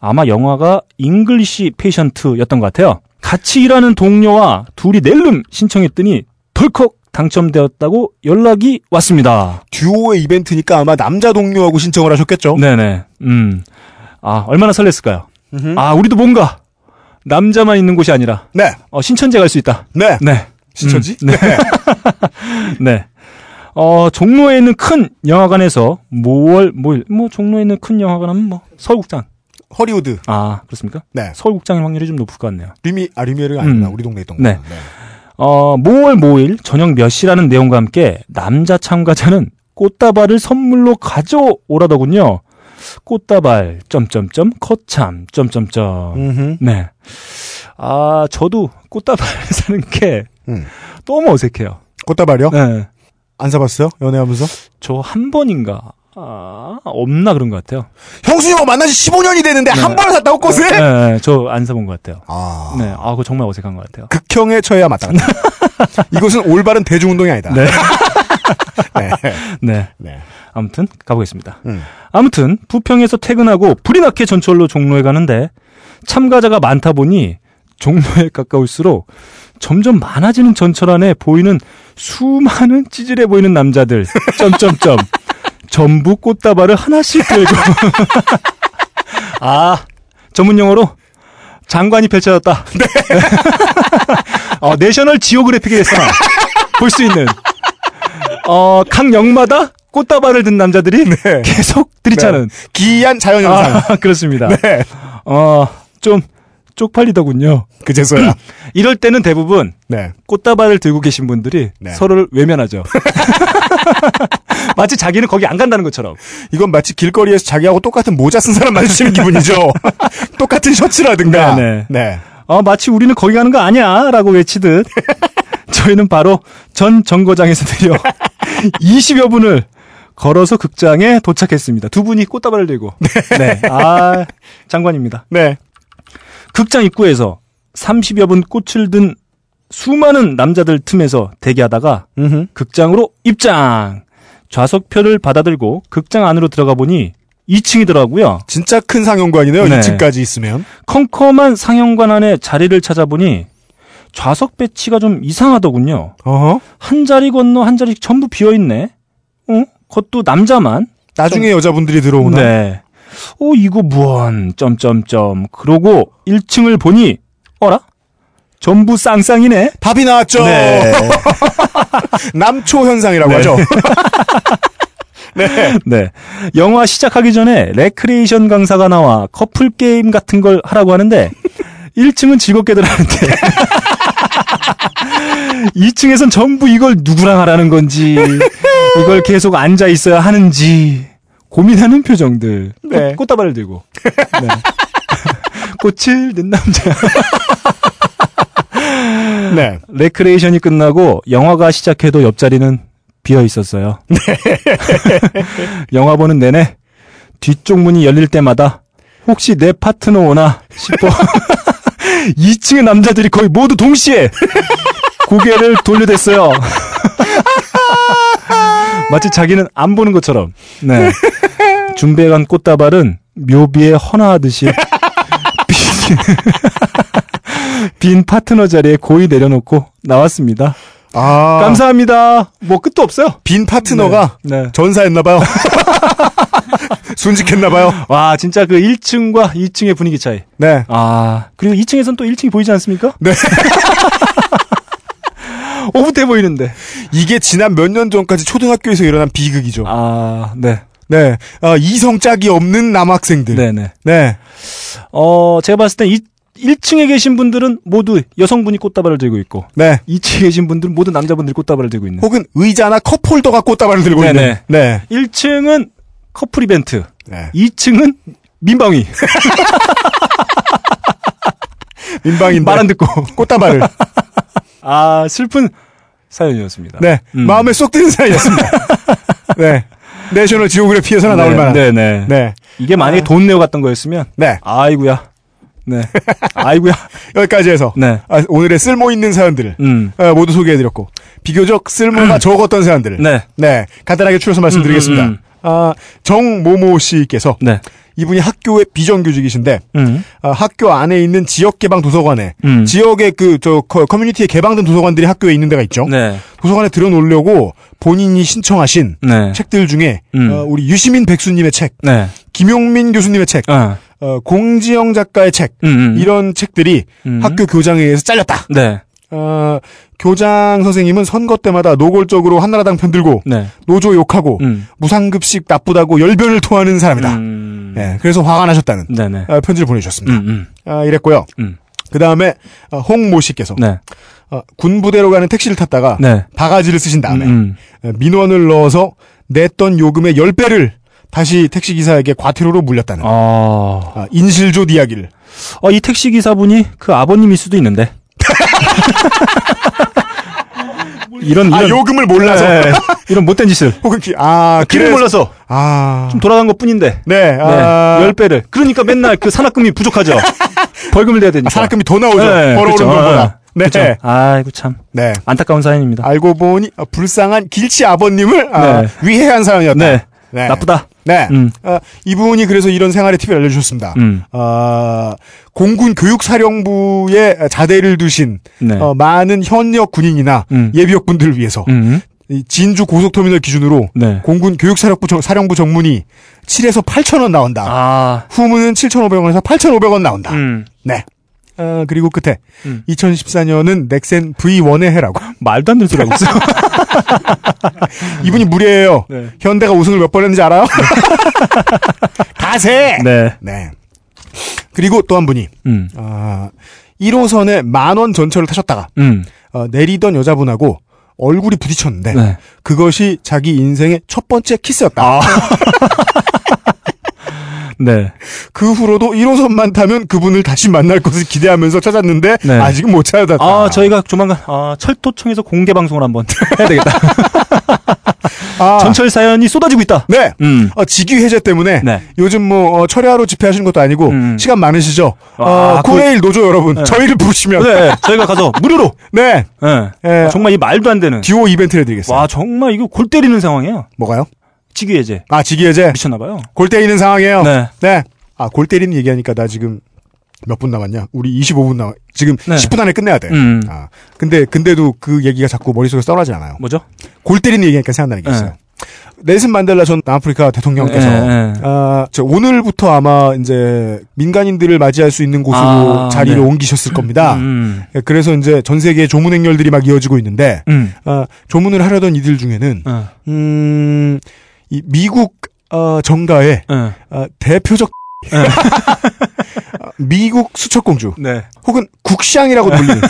[SPEAKER 2] 아마 영화가 잉글리시 페이션트였던 것 같아요. 같이 일하는 동료와 둘이 낼름 신청했더니 덜컥 당첨되었다고 연락이 왔습니다.
[SPEAKER 3] 듀오의 이벤트니까 아마 남자 동료하고 신청을 하셨겠죠.
[SPEAKER 2] 네네. 음. 아, 얼마나 설렜을까요? 아, 우리도 뭔가 남자만 있는 곳이 아니라
[SPEAKER 3] 네.
[SPEAKER 2] 어, 신천지 갈 수 있다.
[SPEAKER 3] 네.
[SPEAKER 2] 네.
[SPEAKER 3] 신천지?
[SPEAKER 2] 음, 네. 네. 어, 종로에 있는 큰 영화관에서 모월 모일 뭐 종로에 있는 큰 영화관 하면 뭐 서울국장.
[SPEAKER 3] 허리우드.
[SPEAKER 2] 아, 그렇습니까?
[SPEAKER 3] 네.
[SPEAKER 2] 서울국장일 확률이 좀 높을 것 같네요.
[SPEAKER 3] 류미 아 류미를 아니구나.
[SPEAKER 2] 음.
[SPEAKER 3] 우리 동네에 있던
[SPEAKER 2] 네.
[SPEAKER 3] 거. 네.
[SPEAKER 2] 어, 모월 모일 저녁 몇 시라는 내용과 함께 남자 참가자는 꽃다발을 선물로 가져오라더군요. 꽃다발 점점점 거참 점점점.
[SPEAKER 3] 음흠.
[SPEAKER 2] 네. 아, 저도 꽃다발 사는 게
[SPEAKER 3] 음.
[SPEAKER 2] 너무 어색해요.
[SPEAKER 3] 꽃다발이요?
[SPEAKER 2] 네.
[SPEAKER 3] 안 사봤어요? 연애하면서?
[SPEAKER 2] 저 한 번인가 아, 없나 그런 것 같아요.
[SPEAKER 3] 형수님하고 만난 지 15년이 됐는데 한 번을 샀다고 꽃을?
[SPEAKER 2] 네, 저 안 사본 것 같아요.
[SPEAKER 3] 아.
[SPEAKER 2] 네, 아, 그거 정말 어색한 것 같아요.
[SPEAKER 3] 극형에 처해야 마땅하다. 이것은 올바른 대중운동이 아니다.
[SPEAKER 2] 네.
[SPEAKER 3] 네.
[SPEAKER 2] 네,
[SPEAKER 3] 네.
[SPEAKER 2] 아무튼 가보겠습니다.
[SPEAKER 3] 음.
[SPEAKER 2] 아무튼 부평에서 퇴근하고 불이 나게 전철로 종로에 가는데 참가자가 많다 보니 종로에 가까울수록 점점 많아지는 전철 안에 보이는 수많은 찌질해 보이는 남자들 점점점 전부 꽃다발을 하나씩 들고. 아, 전문 용어로 장관이 펼쳐졌다. 네. 어, 내셔널 지오그래픽에서 볼 수 있는 어, 각 역마다 꽃다발을 든 남자들이
[SPEAKER 3] 네.
[SPEAKER 2] 계속 들이차는
[SPEAKER 3] 기이한 자연 현상.
[SPEAKER 2] 네. 아, 그렇습니다.
[SPEAKER 3] 네.
[SPEAKER 2] 어, 좀 쪽팔리더군요.
[SPEAKER 3] 그제서야.
[SPEAKER 2] 이럴 때는 대부분
[SPEAKER 3] 네.
[SPEAKER 2] 꽃다발을 들고 계신 분들이
[SPEAKER 3] 네.
[SPEAKER 2] 서로를 외면하죠. 마치 자기는 거기 안 간다는 것처럼.
[SPEAKER 3] 이건 마치 길거리에서 자기하고 똑같은 모자 쓴 사람 마주치는 기분이죠. 똑같은 셔츠라든가.
[SPEAKER 2] 네,
[SPEAKER 3] 네.
[SPEAKER 2] 어, 마치 우리는 거기 가는 거 아니야! 라고 외치듯 저희는 바로 전 정거장에서 드려 20여 분을 걸어서 극장에 도착했습니다. 두 분이 꽃다발을 들고. 네. 아, 장관입니다.
[SPEAKER 3] 네.
[SPEAKER 2] 극장 입구에서 30여 분 꽃을 든 수많은 남자들 틈에서 대기하다가
[SPEAKER 3] 음흠.
[SPEAKER 2] 극장으로 입장! 좌석표를 받아들고 극장 안으로 들어가 보니 2층이더라고요.
[SPEAKER 3] 진짜 큰 상영관이네요.
[SPEAKER 2] 네.
[SPEAKER 3] 2층까지 있으면.
[SPEAKER 2] 컴컴한 상영관 안에 자리를 찾아보니 좌석 배치가 좀 이상하더군요.
[SPEAKER 3] 어허.
[SPEAKER 2] 한 자리 건너 한 자리 전부 비어있네? 응? 그것도 남자만?
[SPEAKER 3] 나중에 여자분들이 들어오나?
[SPEAKER 2] 네. 어, 이거 무언, 점점점. 그러고 1층을 보니, 어라? 전부 쌍쌍이네?
[SPEAKER 3] 밥이 나왔죠.
[SPEAKER 2] 네.
[SPEAKER 3] 남초 현상이라고
[SPEAKER 2] 네.
[SPEAKER 3] 하죠. 네.
[SPEAKER 2] 네. 영화 시작하기 전에 레크레이션 강사가 나와 커플 게임 같은 걸 하라고 하는데 1층은 즐겁게들 하는데 2층에선 전부 이걸 누구랑 하라는 건지 이걸 계속 앉아 있어야 하는지 고민하는 표정들.
[SPEAKER 3] 네.
[SPEAKER 2] 꽃, 다발을 들고. 네. 꽃을 든 남자.
[SPEAKER 3] 네.
[SPEAKER 2] 레크레이션이 끝나고 영화가 시작해도 옆자리는 비어 있었어요. 영화 보는 내내 뒤쪽 문이 열릴 때마다 혹시 내 파트너 오나 싶어 2층의 남자들이 거의 모두 동시에 고개를 돌려댔어요. 마치 자기는 안 보는 것처럼. 네. 준비해간 꽃다발은 묘비에 헌화하듯이 빈, 빈 파트너 자리에 고이 내려놓고 나왔습니다.
[SPEAKER 3] 아.
[SPEAKER 2] 감사합니다. 뭐 끝도 없어요.
[SPEAKER 3] 빈 파트너가
[SPEAKER 2] 네.
[SPEAKER 3] 전사했나봐요. 순직했나봐요.
[SPEAKER 2] 와 진짜 그 1층과 2층의 분위기 차이.
[SPEAKER 3] 네.
[SPEAKER 2] 아 그리고 2층에선 또 1층이 보이지 않습니까?
[SPEAKER 3] 네.
[SPEAKER 2] 오붓해 보이는데.
[SPEAKER 3] 이게 지난 몇 년 전까지 초등학교에서 일어난 비극이죠.
[SPEAKER 2] 아 네.
[SPEAKER 3] 네. 아, 이성 짝이 없는 남학생들.
[SPEAKER 2] 네네.
[SPEAKER 3] 네.
[SPEAKER 2] 어 제가 봤을 때 이, 1층에 계신 분들은 모두 여성분이 꽃다발을 들고 있고
[SPEAKER 3] 네.
[SPEAKER 2] 2층에 계신 분들은 모두 남자분들이 꽃다발을 들고 있는.
[SPEAKER 3] 혹은 의자나 컵홀더가 꽃다발을 들고
[SPEAKER 2] 네네.
[SPEAKER 3] 있는. 네.
[SPEAKER 2] 1층은 커플 이벤트,
[SPEAKER 3] 네.
[SPEAKER 2] 2층은 민방위.
[SPEAKER 3] 민방인
[SPEAKER 2] 말 안 듣고.
[SPEAKER 3] 꽃다발을.
[SPEAKER 2] 아 슬픈 사연이었습니다.
[SPEAKER 3] 네.
[SPEAKER 2] 음.
[SPEAKER 3] 마음에 쏙 드는 사연이었습니다. 네. 내셔널 지오그래피에서나 나올 만한. 네.
[SPEAKER 2] 네네.
[SPEAKER 3] 네.
[SPEAKER 2] 이게 만약에 돈 내고 갔던 거였으면 아이구야. 네. 아이구야.
[SPEAKER 3] 여기까지 해서.
[SPEAKER 2] 네.
[SPEAKER 3] 아, 오늘의 쓸모 있는 사연들을
[SPEAKER 2] 음.
[SPEAKER 3] 아, 모두 소개해드렸고. 비교적 쓸모가 적었던 사연들을.
[SPEAKER 2] 네.
[SPEAKER 3] 네. 간단하게 추려서 말씀드리겠습니다.
[SPEAKER 2] 음, 음, 음.
[SPEAKER 3] 아, 정모모 씨께서
[SPEAKER 2] 네.
[SPEAKER 3] 이분이 학교의 비정규직이신데
[SPEAKER 2] 음.
[SPEAKER 3] 아, 학교 안에 있는 지역 개방 도서관에
[SPEAKER 2] 음.
[SPEAKER 3] 지역의 그 저 커뮤니티에 개방된 도서관들이 학교에 있는 데가 있죠.
[SPEAKER 2] 네.
[SPEAKER 3] 도서관에 들여놓으려고 본인이 신청하신
[SPEAKER 2] 네.
[SPEAKER 3] 책들 중에
[SPEAKER 2] 음.
[SPEAKER 3] 어, 우리 유시민 백수님의 책,
[SPEAKER 2] 네.
[SPEAKER 3] 김용민 교수님의 책,
[SPEAKER 2] 어.
[SPEAKER 3] 어, 공지영 작가의 책
[SPEAKER 2] 음. 음.
[SPEAKER 3] 이런 책들이
[SPEAKER 2] 음.
[SPEAKER 3] 학교 교장에 의해서 잘렸다.
[SPEAKER 2] 네.
[SPEAKER 3] 어, 교장 선생님은 선거 때마다 노골적으로 한나라당 편들고
[SPEAKER 2] 네.
[SPEAKER 3] 노조 욕하고
[SPEAKER 2] 음.
[SPEAKER 3] 무상급식 나쁘다고 열변을 토하는 뭐, 사람이다.
[SPEAKER 2] 음.
[SPEAKER 3] 예, 그래서 화가 나셨다는
[SPEAKER 2] 네네.
[SPEAKER 3] 아, 편지를 보내주셨습니다.
[SPEAKER 2] 음. 음.
[SPEAKER 3] 아, 이랬고요.
[SPEAKER 2] 음.
[SPEAKER 3] 그 다음에 홍모 씨께서
[SPEAKER 2] 네.
[SPEAKER 3] 어, 군부대로 가는 택시를 탔다가
[SPEAKER 2] 네.
[SPEAKER 3] 바가지를 쓰신
[SPEAKER 2] 음.
[SPEAKER 3] 다음에
[SPEAKER 2] 음.
[SPEAKER 3] 어, 민원을 넣어서 냈던 요금의 10배를 다시 택시기사에게 과태료로 물렸다는
[SPEAKER 2] 어.
[SPEAKER 3] 아, 인실조 이야기를
[SPEAKER 2] 어, 이 택시 기사분이 그 아버님일 수도 있는데. 이런 음, 이런
[SPEAKER 3] 아 요금을 몰라서
[SPEAKER 2] 네. 이런 못된 짓을
[SPEAKER 3] 혹은 기, 아
[SPEAKER 2] 길을
[SPEAKER 3] 그래서-
[SPEAKER 2] 몰라서
[SPEAKER 3] 아
[SPEAKER 2] 좀 돌아간 것뿐인데.
[SPEAKER 3] 네,
[SPEAKER 2] 네.
[SPEAKER 3] 아,
[SPEAKER 2] 열 배를. 그러니까 맨날 그 산학금이 부족하죠. 벌금을 내야 되니까.
[SPEAKER 3] 아, 산학금이 더 나오죠
[SPEAKER 2] 네,
[SPEAKER 3] 벌어오는
[SPEAKER 2] 그렇죠.
[SPEAKER 3] 돈보다 네,
[SPEAKER 2] 그렇죠. 아이고 참
[SPEAKER 3] 네
[SPEAKER 2] 안타까운 사연입니다.
[SPEAKER 3] 알고 보니 아, 불쌍한 길치 아버님을 아,
[SPEAKER 2] 네.
[SPEAKER 3] 위해한 사연이었다
[SPEAKER 2] 네.
[SPEAKER 3] 네.
[SPEAKER 2] 나쁘다.
[SPEAKER 3] 네.
[SPEAKER 2] 음.
[SPEAKER 3] 아, 이분이 그래서 이런 생활의 팁을 알려주셨습니다.
[SPEAKER 2] 음.
[SPEAKER 3] 아, 공군 교육사령부에 자대를 두신
[SPEAKER 2] 네.
[SPEAKER 3] 어, 많은 현역 군인이나
[SPEAKER 2] 음.
[SPEAKER 3] 예비역 분들을 위해서
[SPEAKER 2] 음.
[SPEAKER 3] 이 진주 고속터미널 기준으로
[SPEAKER 2] 네.
[SPEAKER 3] 공군 교육사령부 정, 사령부 정문이 7에서 8천 원 나온다.
[SPEAKER 2] 아,
[SPEAKER 3] 후문은 7,500원에서 8,500원 나온다.
[SPEAKER 2] 음.
[SPEAKER 3] 네. 아, 그리고 끝에
[SPEAKER 2] 음.
[SPEAKER 3] 2014년은 넥센 V1의 해라고.
[SPEAKER 2] 말도 안 되는 소리 하고 있어. 음.
[SPEAKER 3] 이분이 무례해요.
[SPEAKER 2] 네.
[SPEAKER 3] 현대가 우승을 몇 번 했는지 알아요? 다 세.
[SPEAKER 2] 네.
[SPEAKER 3] 네. 그리고 또 한 분이
[SPEAKER 2] 음.
[SPEAKER 3] 아, 1호선에 만원 전철을 타셨다가
[SPEAKER 2] 음.
[SPEAKER 3] 어, 내리던 여자분하고 얼굴이 부딪혔는데
[SPEAKER 2] 네. 아.
[SPEAKER 3] 그것이 자기 인생의 첫 번째 키스였다.
[SPEAKER 2] 네.
[SPEAKER 3] 그 후로도 1호선만 타면 그분을 다시 만날 것을 기대하면서 찾았는데
[SPEAKER 2] 네.
[SPEAKER 3] 아직 못 찾았다.
[SPEAKER 2] 아, 저희가 조만간 아, 철도청에서 공개 방송을 한번 해야 되겠다.
[SPEAKER 3] 아,
[SPEAKER 2] 전철 사연이 쏟아지고 있다.
[SPEAKER 3] 네.
[SPEAKER 2] 음.
[SPEAKER 3] 어, 직위 해제 때문에
[SPEAKER 2] 네.
[SPEAKER 3] 요즘 뭐 어, 철야로 집회하시는 것도 아니고
[SPEAKER 2] 음.
[SPEAKER 3] 시간 많으시죠?
[SPEAKER 2] 아,
[SPEAKER 3] 어, 코레일 노조 여러분
[SPEAKER 2] 네.
[SPEAKER 3] 저희를 부르시면 네.
[SPEAKER 2] 네, 네. 저희가 가서 무료로. 네.
[SPEAKER 3] 예.
[SPEAKER 2] 아, 정말 이 말도 안 되는.
[SPEAKER 3] 듀오 이벤트를 해드리겠습니다.
[SPEAKER 2] 와, 정말 이거 골 때리는 상황이에요.
[SPEAKER 3] 뭐가요?
[SPEAKER 2] 직위 해제.
[SPEAKER 3] 아 직위 해제
[SPEAKER 2] 미쳤나 봐요.
[SPEAKER 3] 골 때리는 상황이에요.
[SPEAKER 2] 네.
[SPEAKER 3] 네. 아, 골 때리는 얘기하니까 나 지금 몇 분 남았냐? 우리 25분 남아. 지금
[SPEAKER 2] 네.
[SPEAKER 3] 10분 안에 끝내야 돼.
[SPEAKER 2] 음.
[SPEAKER 3] 아, 근데, 근데도 그 얘기가 자꾸 머릿속에 떠나지 않아요.
[SPEAKER 2] 뭐죠?
[SPEAKER 3] 골 때리는 얘기하니까 생각나는 게
[SPEAKER 2] 네.
[SPEAKER 3] 있어요. 넬슨 만델라 전 남아프리카 대통령께서
[SPEAKER 2] 네, 네.
[SPEAKER 3] 아, 저 오늘부터 아마 이제 민간인들을 맞이할 수 있는 곳으로
[SPEAKER 2] 아,
[SPEAKER 3] 자리를
[SPEAKER 2] 네.
[SPEAKER 3] 옮기셨을 겁니다.
[SPEAKER 2] 음.
[SPEAKER 3] 예, 그래서 이제 전 세계 조문 행렬들이 막 이어지고 있는데
[SPEAKER 2] 음.
[SPEAKER 3] 아, 조문을 하려던 이들 중에는
[SPEAKER 2] 어,
[SPEAKER 3] 음, 이 미국 어, 정가에
[SPEAKER 2] 어.
[SPEAKER 3] 아, 대표적
[SPEAKER 2] 예.
[SPEAKER 3] 아, 미국 수척공주
[SPEAKER 2] 네.
[SPEAKER 3] 혹은 국샹이라고 불리는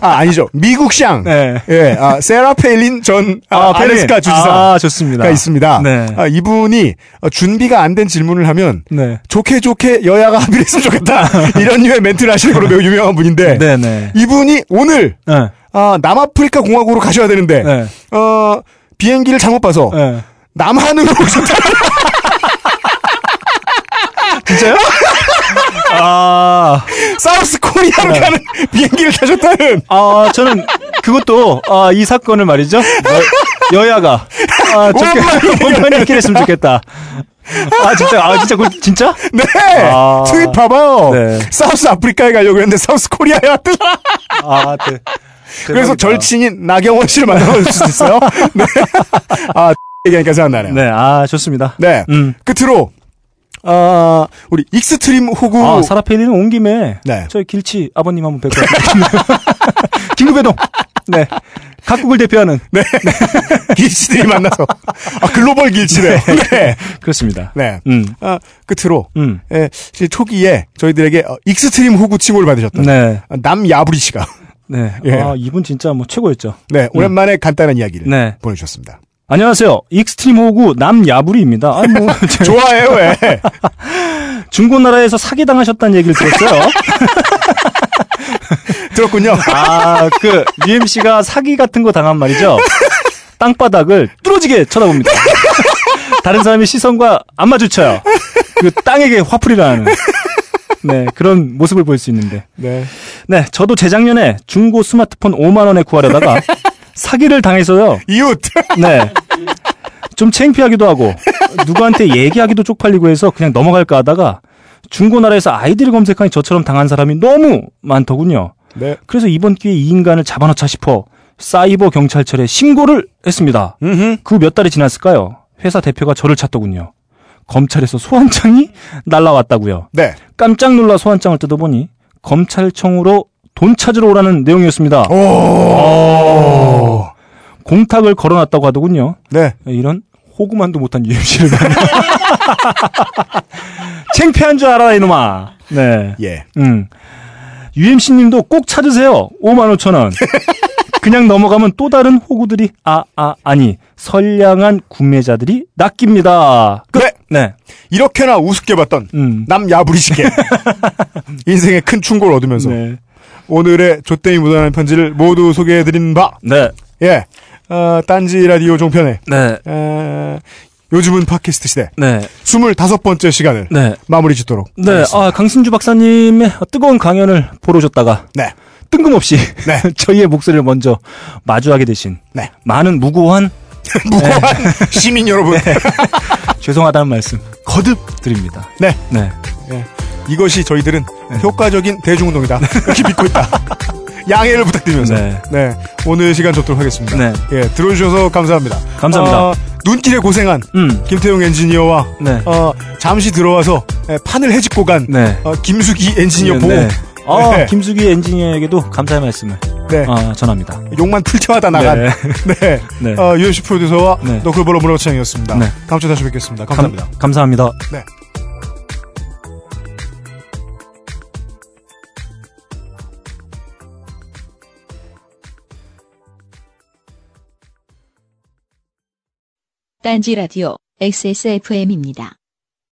[SPEAKER 3] 아 아니죠 미국샹
[SPEAKER 2] 네.
[SPEAKER 3] 예, 아, 세라 페일린 전 아,
[SPEAKER 2] 페린.
[SPEAKER 3] 알래스카 주지사가
[SPEAKER 2] 아, 좋습니다.
[SPEAKER 3] 있습니다.
[SPEAKER 2] 네.
[SPEAKER 3] 아, 이분이 어, 준비가 안 된 질문을 하면
[SPEAKER 2] 네.
[SPEAKER 3] 좋게 좋게 여야가 합의를 했으면 좋겠다 이런 류의 멘트를 하시는 걸로 매우 유명한 분인데
[SPEAKER 2] 네, 네.
[SPEAKER 3] 이분이 오늘
[SPEAKER 2] 네.
[SPEAKER 3] 아, 남아프리카 공화국으로 가셔야 되는데
[SPEAKER 2] 네.
[SPEAKER 3] 어, 비행기를 잘못 봐서
[SPEAKER 2] 네.
[SPEAKER 3] 남한으로 오셨다.
[SPEAKER 2] 진짜요? 아,
[SPEAKER 3] 사우스 코리아로
[SPEAKER 2] 네.
[SPEAKER 3] 가는 비행기를 타셨다는
[SPEAKER 2] 아, 저는 그것도, 아, 이 사건을 말이죠. 여, 여야가, 아, 좋게, 원만히 해결했으면 좋겠다. 아, 진짜, 아, 진짜, 그, 진짜?
[SPEAKER 3] 네!
[SPEAKER 2] 아.
[SPEAKER 3] 트윗 봐봐요.
[SPEAKER 2] 네.
[SPEAKER 3] 사우스 아프리카에 가려고 했는데 사우스 코리아에 왔더라.
[SPEAKER 2] 아, 대,
[SPEAKER 3] 그래서
[SPEAKER 2] 대박이다.
[SPEAKER 3] 절친인 나경원 씨를 만나볼 수 있어요. 네. 아, 얘기하니까 생각나네요. 네.
[SPEAKER 2] 네, 아, 좋습니다. 음.
[SPEAKER 3] 끝으로, 아, 우리 익스트림 호구.
[SPEAKER 2] 아, 사라페리는 온 김에
[SPEAKER 3] 네.
[SPEAKER 2] 저희 길치 아버님 한번 뵙고 싶습니다. 긴급해동. 네. 각국을 대표하는
[SPEAKER 3] 네. 길치들이 만나서. 아, 글로벌 길치네. 네.
[SPEAKER 2] 그렇습니다.
[SPEAKER 3] 네.
[SPEAKER 2] 음.
[SPEAKER 3] 아, 끝으로,
[SPEAKER 2] 음.
[SPEAKER 3] 예, 사실 초기에 저희들에게 어, 익스트림 호구 칭호를 받으셨던
[SPEAKER 2] 네.
[SPEAKER 3] 아, 남야부리 씨가.
[SPEAKER 2] 네.
[SPEAKER 3] 예.
[SPEAKER 2] 아, 이분 진짜 뭐 최고였죠.
[SPEAKER 3] 네, 오랜만에 간단한 이야기를
[SPEAKER 2] 네.
[SPEAKER 3] 보내주셨습니다.
[SPEAKER 2] 안녕하세요. 익스트림 호구 남야부리입니다. 아, 뭐 제가
[SPEAKER 3] 좋아해요, 예. 왜?
[SPEAKER 2] 중고나라에서 사기당하셨다는 얘기를 들었어요.
[SPEAKER 3] 들었군요.
[SPEAKER 2] 아, 그 UMC가 사기 같은 거 당한 말이죠. 땅바닥을 뚫어지게 쳐다봅니다. 다른 사람의 시선과 안 마주쳐요. 그 땅에게 화풀이를 하는 네, 그런 모습을 볼 수 있는데.
[SPEAKER 3] 네.
[SPEAKER 2] 네, 저도 재작년에 중고 스마트폰 5만 원에 구하려다가 사기를 당해서요.
[SPEAKER 3] 이웃.
[SPEAKER 2] 네. 좀 창피하기도 하고 누구한테 얘기하기도 쪽팔리고 해서 그냥 넘어갈까 하다가 중고나라에서 아이디를 검색하니 저처럼 당한 사람이 너무 많더군요.
[SPEAKER 3] 네.
[SPEAKER 2] 그래서 이번 기회에 이 인간을 잡아놓자 싶어 사이버 경찰청에 신고를 했습니다.
[SPEAKER 3] 음.
[SPEAKER 2] 그 후 몇 달이 지났을까요? 회사 대표가 저를 찾더군요. 검찰에서 소환장이 날라왔다고요.
[SPEAKER 3] 네.
[SPEAKER 2] 깜짝 놀라 소환장을 뜯어보니 검찰청으로 돈 찾으러 오라는 내용이었습니다.
[SPEAKER 3] 어? 오.
[SPEAKER 2] 공탁을 걸어놨다고 하더군요.
[SPEAKER 3] 네.
[SPEAKER 2] 이런 호구만도 못한 UMC를 만나. 창피한 줄 알아 이놈아. 네.
[SPEAKER 3] 예.
[SPEAKER 2] 음. UMC님도 꼭 찾으세요. 5만 5천 원. 그냥 넘어가면 또 다른 호구들이 아, 아, 아니 선량한 구매자들이 낚입니다. 끝.
[SPEAKER 3] 네.
[SPEAKER 2] 네.
[SPEAKER 3] 이렇게나 우습게 봤던
[SPEAKER 2] 음.
[SPEAKER 3] 남야부리시게 인생의 큰 충고를 얻으면서
[SPEAKER 2] 네.
[SPEAKER 3] 오늘의 조땡이 묻어나는 편지를 모두 소개해드린 바.
[SPEAKER 2] 네.
[SPEAKER 3] 예. 어, 딴지 라디오 종편에
[SPEAKER 2] 네.
[SPEAKER 3] 에, 요즘은 팟캐스트 시대
[SPEAKER 2] 네.
[SPEAKER 3] 25번째 시간을
[SPEAKER 2] 네.
[SPEAKER 3] 마무리 짓도록
[SPEAKER 2] 네.
[SPEAKER 3] 하겠습니다.
[SPEAKER 2] 아, 강신주 박사님의 뜨거운 강연을 보러 오셨다가
[SPEAKER 3] 네.
[SPEAKER 2] 뜬금없이
[SPEAKER 3] 네.
[SPEAKER 2] 저희의 목소리를 먼저 마주하게 되신
[SPEAKER 3] 네.
[SPEAKER 2] 많은 무고한
[SPEAKER 3] 무고한 시민 여러분.
[SPEAKER 2] 죄송하다는 말씀 거듭 드립니다.
[SPEAKER 3] 네.
[SPEAKER 2] 네.
[SPEAKER 3] 예. 이것이 저희들은 효과적인 대중운동이다. 이렇게 믿고 있다. 양해를 부탁드리면서
[SPEAKER 2] 네.
[SPEAKER 3] 네, 오늘 시간 접도록 하겠습니다.
[SPEAKER 2] 네.
[SPEAKER 3] 예, 들어주셔서 감사합니다.
[SPEAKER 2] 감사합니다.
[SPEAKER 3] 어, 눈길에 고생한
[SPEAKER 2] 음.
[SPEAKER 3] 김태용 엔지니어와
[SPEAKER 2] 네.
[SPEAKER 3] 어, 잠시 들어와서 예, 판을 해집고 간
[SPEAKER 2] 네.
[SPEAKER 3] 어, 김수기 엔지니어 보호
[SPEAKER 2] 네. 아,
[SPEAKER 3] 네.
[SPEAKER 2] 김수기 엔지니어에게도 감사의 말씀을
[SPEAKER 3] 네.
[SPEAKER 2] 어, 전합니다.
[SPEAKER 3] 욕만 풀쳐하다 나간
[SPEAKER 2] 네.
[SPEAKER 3] 네.
[SPEAKER 2] 네.
[SPEAKER 3] 어, UFC 프로듀서와
[SPEAKER 2] 네.
[SPEAKER 3] 너클볼러 문화창이었습니다.
[SPEAKER 2] 네.
[SPEAKER 3] 다음 주에 다시 뵙겠습니다.
[SPEAKER 2] 감,
[SPEAKER 3] 감사합니다.
[SPEAKER 2] 감사합니다.
[SPEAKER 3] 네.
[SPEAKER 1] 딴지 라디오 XSFM입니다.